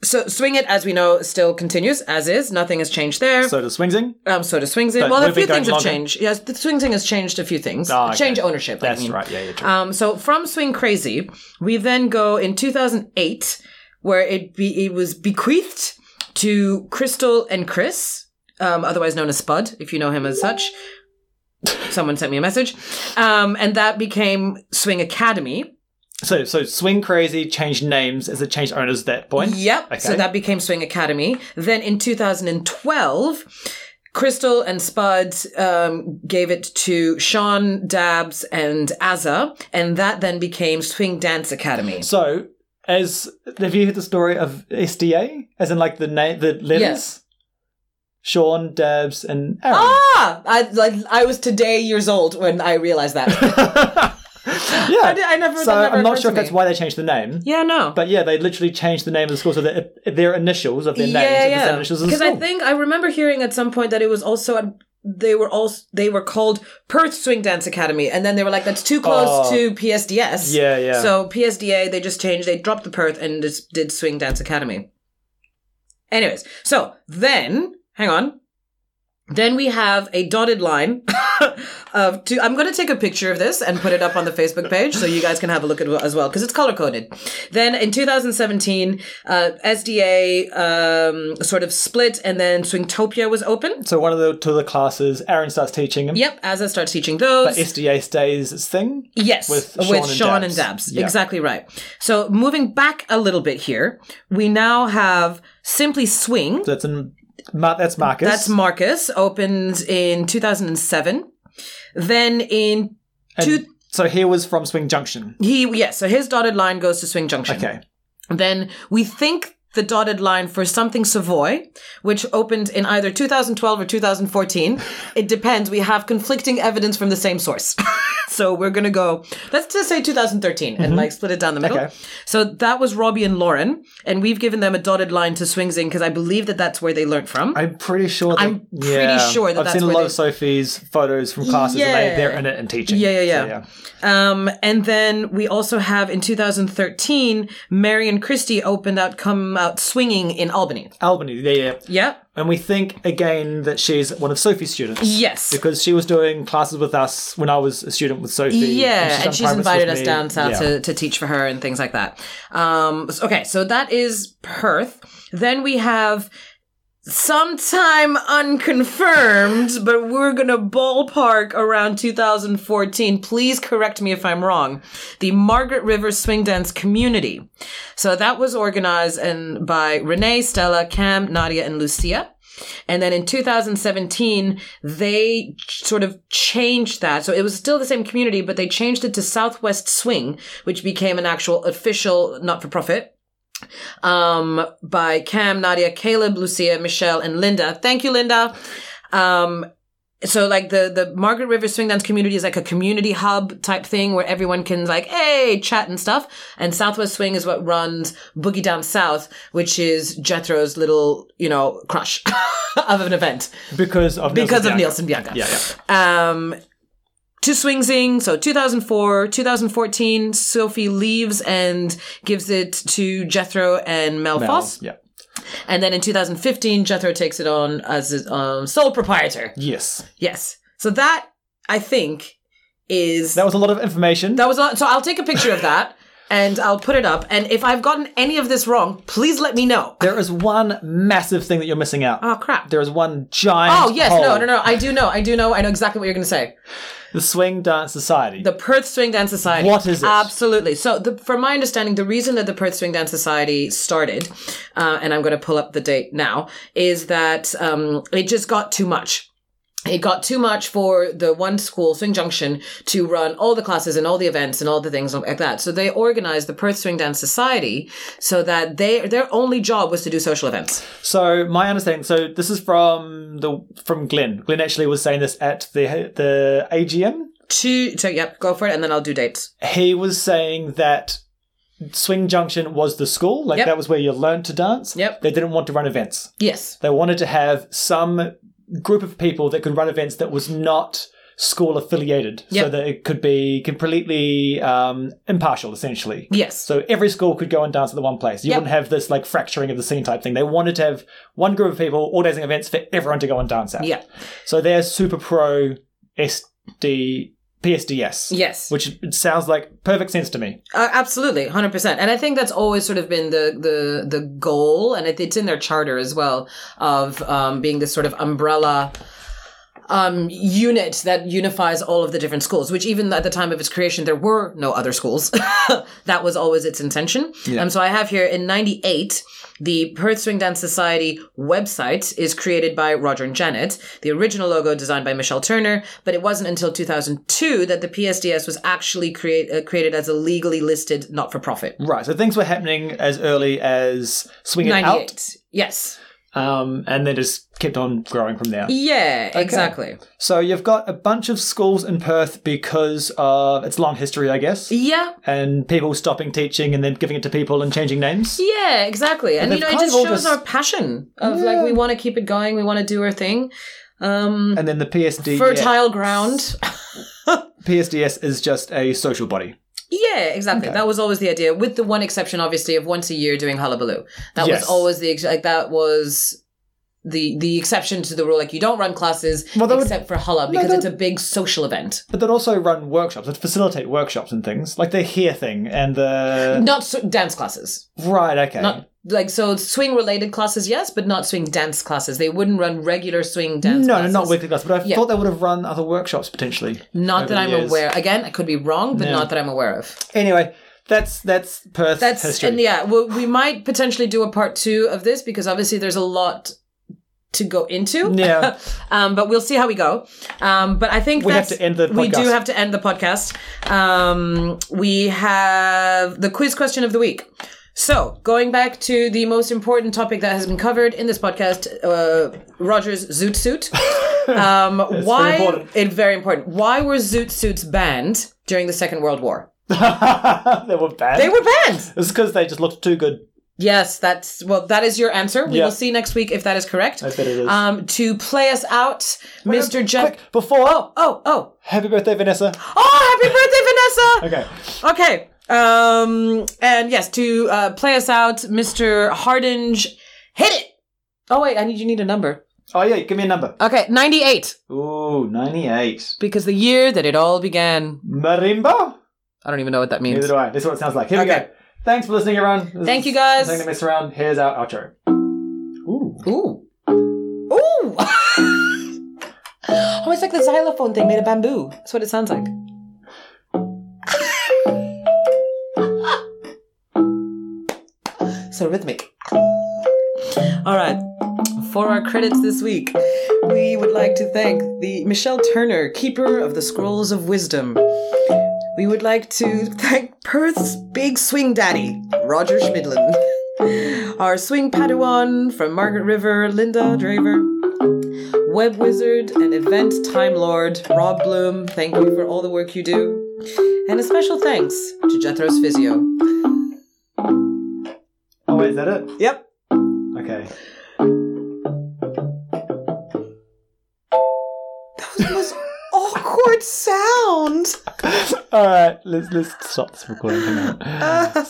Speaker 2: So Swing It, as we know, still continues as is. Nothing has changed there.
Speaker 1: So does Swingsing.
Speaker 2: Um, so does Swing
Speaker 1: But
Speaker 2: Zing. Well,
Speaker 1: we've
Speaker 2: a
Speaker 1: been
Speaker 2: few
Speaker 1: going
Speaker 2: things have
Speaker 1: longer.
Speaker 2: changed. Yes, the Swing Zing has changed a few things.
Speaker 1: Ah, okay.
Speaker 2: Change ownership.
Speaker 1: That's
Speaker 2: I mean.
Speaker 1: right. Yeah, yeah, true.
Speaker 2: Um, so from Swing Crazy, we then go in 2008, where it be, it was bequeathed to Crystal and Chris, um, otherwise known as Spud, if you know him as such. Someone sent me a message, um, and that became Swing Academy.
Speaker 1: so so Swing Crazy changed names as it changed owners at that point.
Speaker 2: Yep.
Speaker 1: Okay.
Speaker 2: So that became Swing Academy. Then in 2012. Crystal and Spud um, gave it to Sean Dabs and Azza, and that then became Swing Dance Academy.
Speaker 1: So as have you heard the story of SDA? As in like the name the letters?
Speaker 2: Yes.
Speaker 1: Sean, Dabs, and Aaron.
Speaker 2: Ah, I like I was today years old when I realized that.
Speaker 1: yeah.
Speaker 2: I, did, I never.
Speaker 1: so
Speaker 2: that never
Speaker 1: I'm not
Speaker 2: occurred
Speaker 1: sure if
Speaker 2: to
Speaker 1: that's
Speaker 2: me.
Speaker 1: why they changed the name.
Speaker 2: Yeah, no.
Speaker 1: But yeah, they literally changed the name of the school so that it- their initials of their names are the same initials as the
Speaker 2: Because
Speaker 1: school.
Speaker 2: I think I remember hearing at some point that it was also at, they were also they were called Perth Swing Dance Academy, and then they were like that's too close
Speaker 1: Oh.
Speaker 2: to PSDS.
Speaker 1: Yeah, yeah.
Speaker 2: So PSDA they just changed. They dropped the Perth and just did Swing Dance Academy. Anyways, so then hang on. Then we have a dotted line of two. I'm going to take a picture of this and put it up on the Facebook page so you guys can have a look at it as well because it's color coded. Then in 2017, uh, SDA um, sort of split and then Swingtopia was open.
Speaker 1: so one of the two of the classes, Aaron starts teaching him.
Speaker 2: Yep, Azza starts teaching those.
Speaker 1: SDA stays its thing.
Speaker 2: Yes,
Speaker 1: With
Speaker 2: with
Speaker 1: Sean
Speaker 2: Sean,
Speaker 1: and
Speaker 2: and,
Speaker 1: Dabs.
Speaker 2: Dabs.
Speaker 1: Yeah.
Speaker 2: Exactly right. So moving back a little bit here, we now have Simply Swing.
Speaker 1: That's in Mar- that's Marcus.
Speaker 2: That's Marcus, opened in 2007. Then in
Speaker 1: And
Speaker 2: two,
Speaker 1: so he was from Swing Junction.
Speaker 2: he yes, so his dotted line goes to Swing Junction.
Speaker 1: Okay.
Speaker 2: Then we think the dotted line for something Savoy, which opened in either 2012 or 2014. It depends. We have conflicting evidence from the same source. so we're going to go, let's just say 2013 and like split it down the middle.
Speaker 1: Okay.
Speaker 2: So that was Robbie and Lauren. And we've given them a dotted line to Swings In because I believe that that's where they learned from.
Speaker 1: I'm pretty sure. That,
Speaker 2: I'm pretty sure that
Speaker 1: I've
Speaker 2: that's
Speaker 1: seen a
Speaker 2: where
Speaker 1: lot
Speaker 2: they-
Speaker 1: of Sophie's photos from classes, and they,
Speaker 2: Yeah.
Speaker 1: they're in it and teaching.
Speaker 2: Yeah, yeah, yeah.
Speaker 1: So,
Speaker 2: Um, and then we also have in 2013, Mary and Christie opened out come about swinging in Albany.
Speaker 1: Albany, yeah, yeah.
Speaker 2: Yeah.
Speaker 1: And we think again that she's one of Sophie's students.
Speaker 2: Yes.
Speaker 1: Because she was doing classes with us when I was a student with Sophie.
Speaker 2: yeah,
Speaker 1: done
Speaker 2: and she's
Speaker 1: primates
Speaker 2: invited
Speaker 1: with
Speaker 2: us
Speaker 1: me.
Speaker 2: down south
Speaker 1: Yeah.
Speaker 2: to, to teach for her and things like that. Um, so- okay, so that is Perth. Then we have sometime unconfirmed, but we're gonna ballpark around 2014. Please correct me if I'm wrong. The Margaret River Swing Dance Community. So that was organized and by Renee, Stella, Cam, Nadia, and Lucia. And then in 2017, they ch- sort of changed that. So it was still the same community, but they changed it to Southwest Swing, which became an actual official not for profit. Um, by Cam, Nadia, Caleb, Lucia, Michelle, and Linda. Thank you, Linda. Um, so like the the Margaret River Swing Dance community is like a community hub type thing where everyone can like hey chat and stuff. And Southwest Swing is what runs Boogie Down South, which is Jethro's little you know crush of an event
Speaker 1: because of
Speaker 2: because of
Speaker 1: Bianca.
Speaker 2: Nielsen Bianca.
Speaker 1: Yeah, yeah.
Speaker 2: Um, to Swing Zing, so 2004, 2014, Sophie leaves and gives it to Jethro and Mel,
Speaker 1: Mel,
Speaker 2: Foss.
Speaker 1: Yeah.
Speaker 2: And then in 2015, Jethro takes it on as his um, sole proprietor.
Speaker 1: Yes.
Speaker 2: Yes. So that, I think, is.
Speaker 1: That was a lot of information.
Speaker 2: That was a lot. So I'll take a picture of that and I'll put it up. And if I've gotten any of this wrong, please let me know.
Speaker 1: there is one massive thing that you're missing out.
Speaker 2: Oh, crap.
Speaker 1: there is one giant.
Speaker 2: Oh, yes. No,
Speaker 1: hole.
Speaker 2: no, no. I do know. I do know. I know exactly what you're going to say.
Speaker 1: The Swing Dance Society.
Speaker 2: The Perth Swing Dance Society.
Speaker 1: What is it?
Speaker 2: Absolutely. So, the, from my understanding, the reason that the Perth Swing Dance Society started, uh, and I'm going to pull up the date now, is that um, it just got too much. It got too much for the one school, Swing Junction, to run all the classes and all the events and all the things like that. So they organized the Perth Swing Dance Society so that they their only job was to do social events.
Speaker 1: So my understanding. So this is from the from Glenn. Glenn actually was saying this at the the AGM.
Speaker 2: To so yep, go for it, and then I'll do dates.
Speaker 1: He was saying that Swing Junction was the school, like
Speaker 2: Yep.
Speaker 1: that was where you learned to dance.
Speaker 2: Yep.
Speaker 1: They didn't want to run events.
Speaker 2: Yes.
Speaker 1: They wanted to have some group of people that could run events that was not school affiliated, so
Speaker 2: Yep.
Speaker 1: that it could be completely um, impartial, essentially.
Speaker 2: Yes.
Speaker 1: So every school could go and dance at the one place. You
Speaker 2: Yep.
Speaker 1: wouldn't have this like fracturing of the scene type thing. They wanted to have one group of people organizing events for everyone to go and dance at.
Speaker 2: yeah.
Speaker 1: So they're super pro SD PSDS.
Speaker 2: Yes.
Speaker 1: Which it sounds like perfect sense to me.
Speaker 2: Uh, absolutely, hundred percent, and I think that's always sort of been the the the goal, and it, it's in their charter as well of um, being this sort of umbrella um, unit that unifies all of the different schools. Which even at the time of its creation, there were no other schools. that was always its intention. Um, so I have here in '98. The Perth Swing Dance Society website is created by Roger and Janet. The original logo designed by Michelle Turner, but it wasn't until 2002 that the PSDS was actually create, uh, created as a legally listed not-for-profit.
Speaker 1: Right. So things were happening as early as Swing It Out.
Speaker 2: 98. Yes.
Speaker 1: Um, and then just kept on growing from there.
Speaker 2: Yeah, exactly.
Speaker 1: So you've got a bunch of schools in Perth because of its long history, I guess.
Speaker 2: Yeah.
Speaker 1: And people stopping teaching and then giving it to people and changing names.
Speaker 2: Yeah, exactly. And,
Speaker 1: they've
Speaker 2: you know, it
Speaker 1: kind
Speaker 2: just
Speaker 1: of all
Speaker 2: shows
Speaker 1: just-
Speaker 2: our passion of like, we want to keep it going. We want to do our thing. Um,
Speaker 1: And then the PSD
Speaker 2: fertile ground.
Speaker 1: PSDS is just a social body.
Speaker 2: Yeah, exactly. That was always the idea, with the one exception, obviously, of once a year doing hullabaloo. That
Speaker 1: Yes.
Speaker 2: was always the ex- like that was the the exception to the rule. Like you don't run classes
Speaker 1: Well, that would-
Speaker 2: except for hulla because
Speaker 1: that-
Speaker 2: it's a big social event.
Speaker 1: But they'd also run workshops, they'd facilitate workshops and things. Like the here thing and the.
Speaker 2: Not so, dance classes.
Speaker 1: Right, okay.
Speaker 2: Mm. Not like so swing related classes, yes, but not swing dance classes. They wouldn't run regular swing dance.
Speaker 1: no, no,
Speaker 2: classes.
Speaker 1: not weekly class, but I
Speaker 2: Yeah.
Speaker 1: thought they would have run other workshops potentially. over
Speaker 2: Not that
Speaker 1: the
Speaker 2: I'm
Speaker 1: years.
Speaker 2: aware. Again, I could be wrong, but
Speaker 1: No.
Speaker 2: not that I'm aware of.
Speaker 1: Anyway, that's that's Perth
Speaker 2: That's
Speaker 1: history.
Speaker 2: and yeah, well, we might potentially do a part two of this because obviously there's a lot to go into.
Speaker 1: Yeah.
Speaker 2: um, but we'll see how we go. Um, but I think
Speaker 1: We have
Speaker 2: that's,
Speaker 1: to end the
Speaker 2: we do
Speaker 1: podcast.
Speaker 2: have to end the podcast. Um, we have the quiz question of the week. So, going back to the most important topic that has been covered in this podcast, uh, Roger's zoot suit. Um, why?
Speaker 1: important.
Speaker 2: It's very important. Why were zoot suits banned during the Second World War?
Speaker 1: they were bad.
Speaker 2: They were banned.
Speaker 1: It's because they just looked too good.
Speaker 2: Yes, that's well. That is your answer. We
Speaker 1: Yeah.
Speaker 2: will see next week if that is correct. I
Speaker 1: bet it is.
Speaker 2: Um, to play us out, Mr. Jeff.
Speaker 1: Quick, before.
Speaker 2: Oh, oh, oh,
Speaker 1: Happy birthday, Vanessa.
Speaker 2: oh! Happy birthday, Vanessa.
Speaker 1: Okay.
Speaker 2: Okay. Um, and yes, to uh, play us out, Mr. Hardinge, hit it. Oh wait, I need you need a number.
Speaker 1: Oh, yeah, give me a number.
Speaker 2: Okay, ninety-eight
Speaker 1: Ooh, 98.
Speaker 2: because the year that it all began.
Speaker 1: Marimba?
Speaker 2: I don't even know what that
Speaker 1: Neither
Speaker 2: means.
Speaker 1: do I. This is what it sounds like. Here we
Speaker 2: Okay.
Speaker 1: go. Thanks for listening, everyone. This
Speaker 2: Thank
Speaker 1: is
Speaker 2: you, guys.
Speaker 1: Nothing to mess around. Here's our outro. Ooh.
Speaker 2: Ooh, ooh. Oh, it's like the xylophone thing made of bamboo. That's what it sounds like. so rhythmic. All right. For our credits this week, we would like to thank the Michelle Turner, keeper of the scrolls of wisdom. We would like to thank Perth's big swing daddy, Roger Schmidlin. Our swing padawan from Margaret River, Linda Draver. Web wizard and event time lord, Rob Bloom, thank you for all the work you do. And a special thanks to Jethro's Physio.
Speaker 1: Oh, wait, is that it?
Speaker 2: Yep,
Speaker 1: Okay.
Speaker 2: the most awkward sound.
Speaker 1: All right, let's let's stop this recording. Hang on.
Speaker 2: Ah.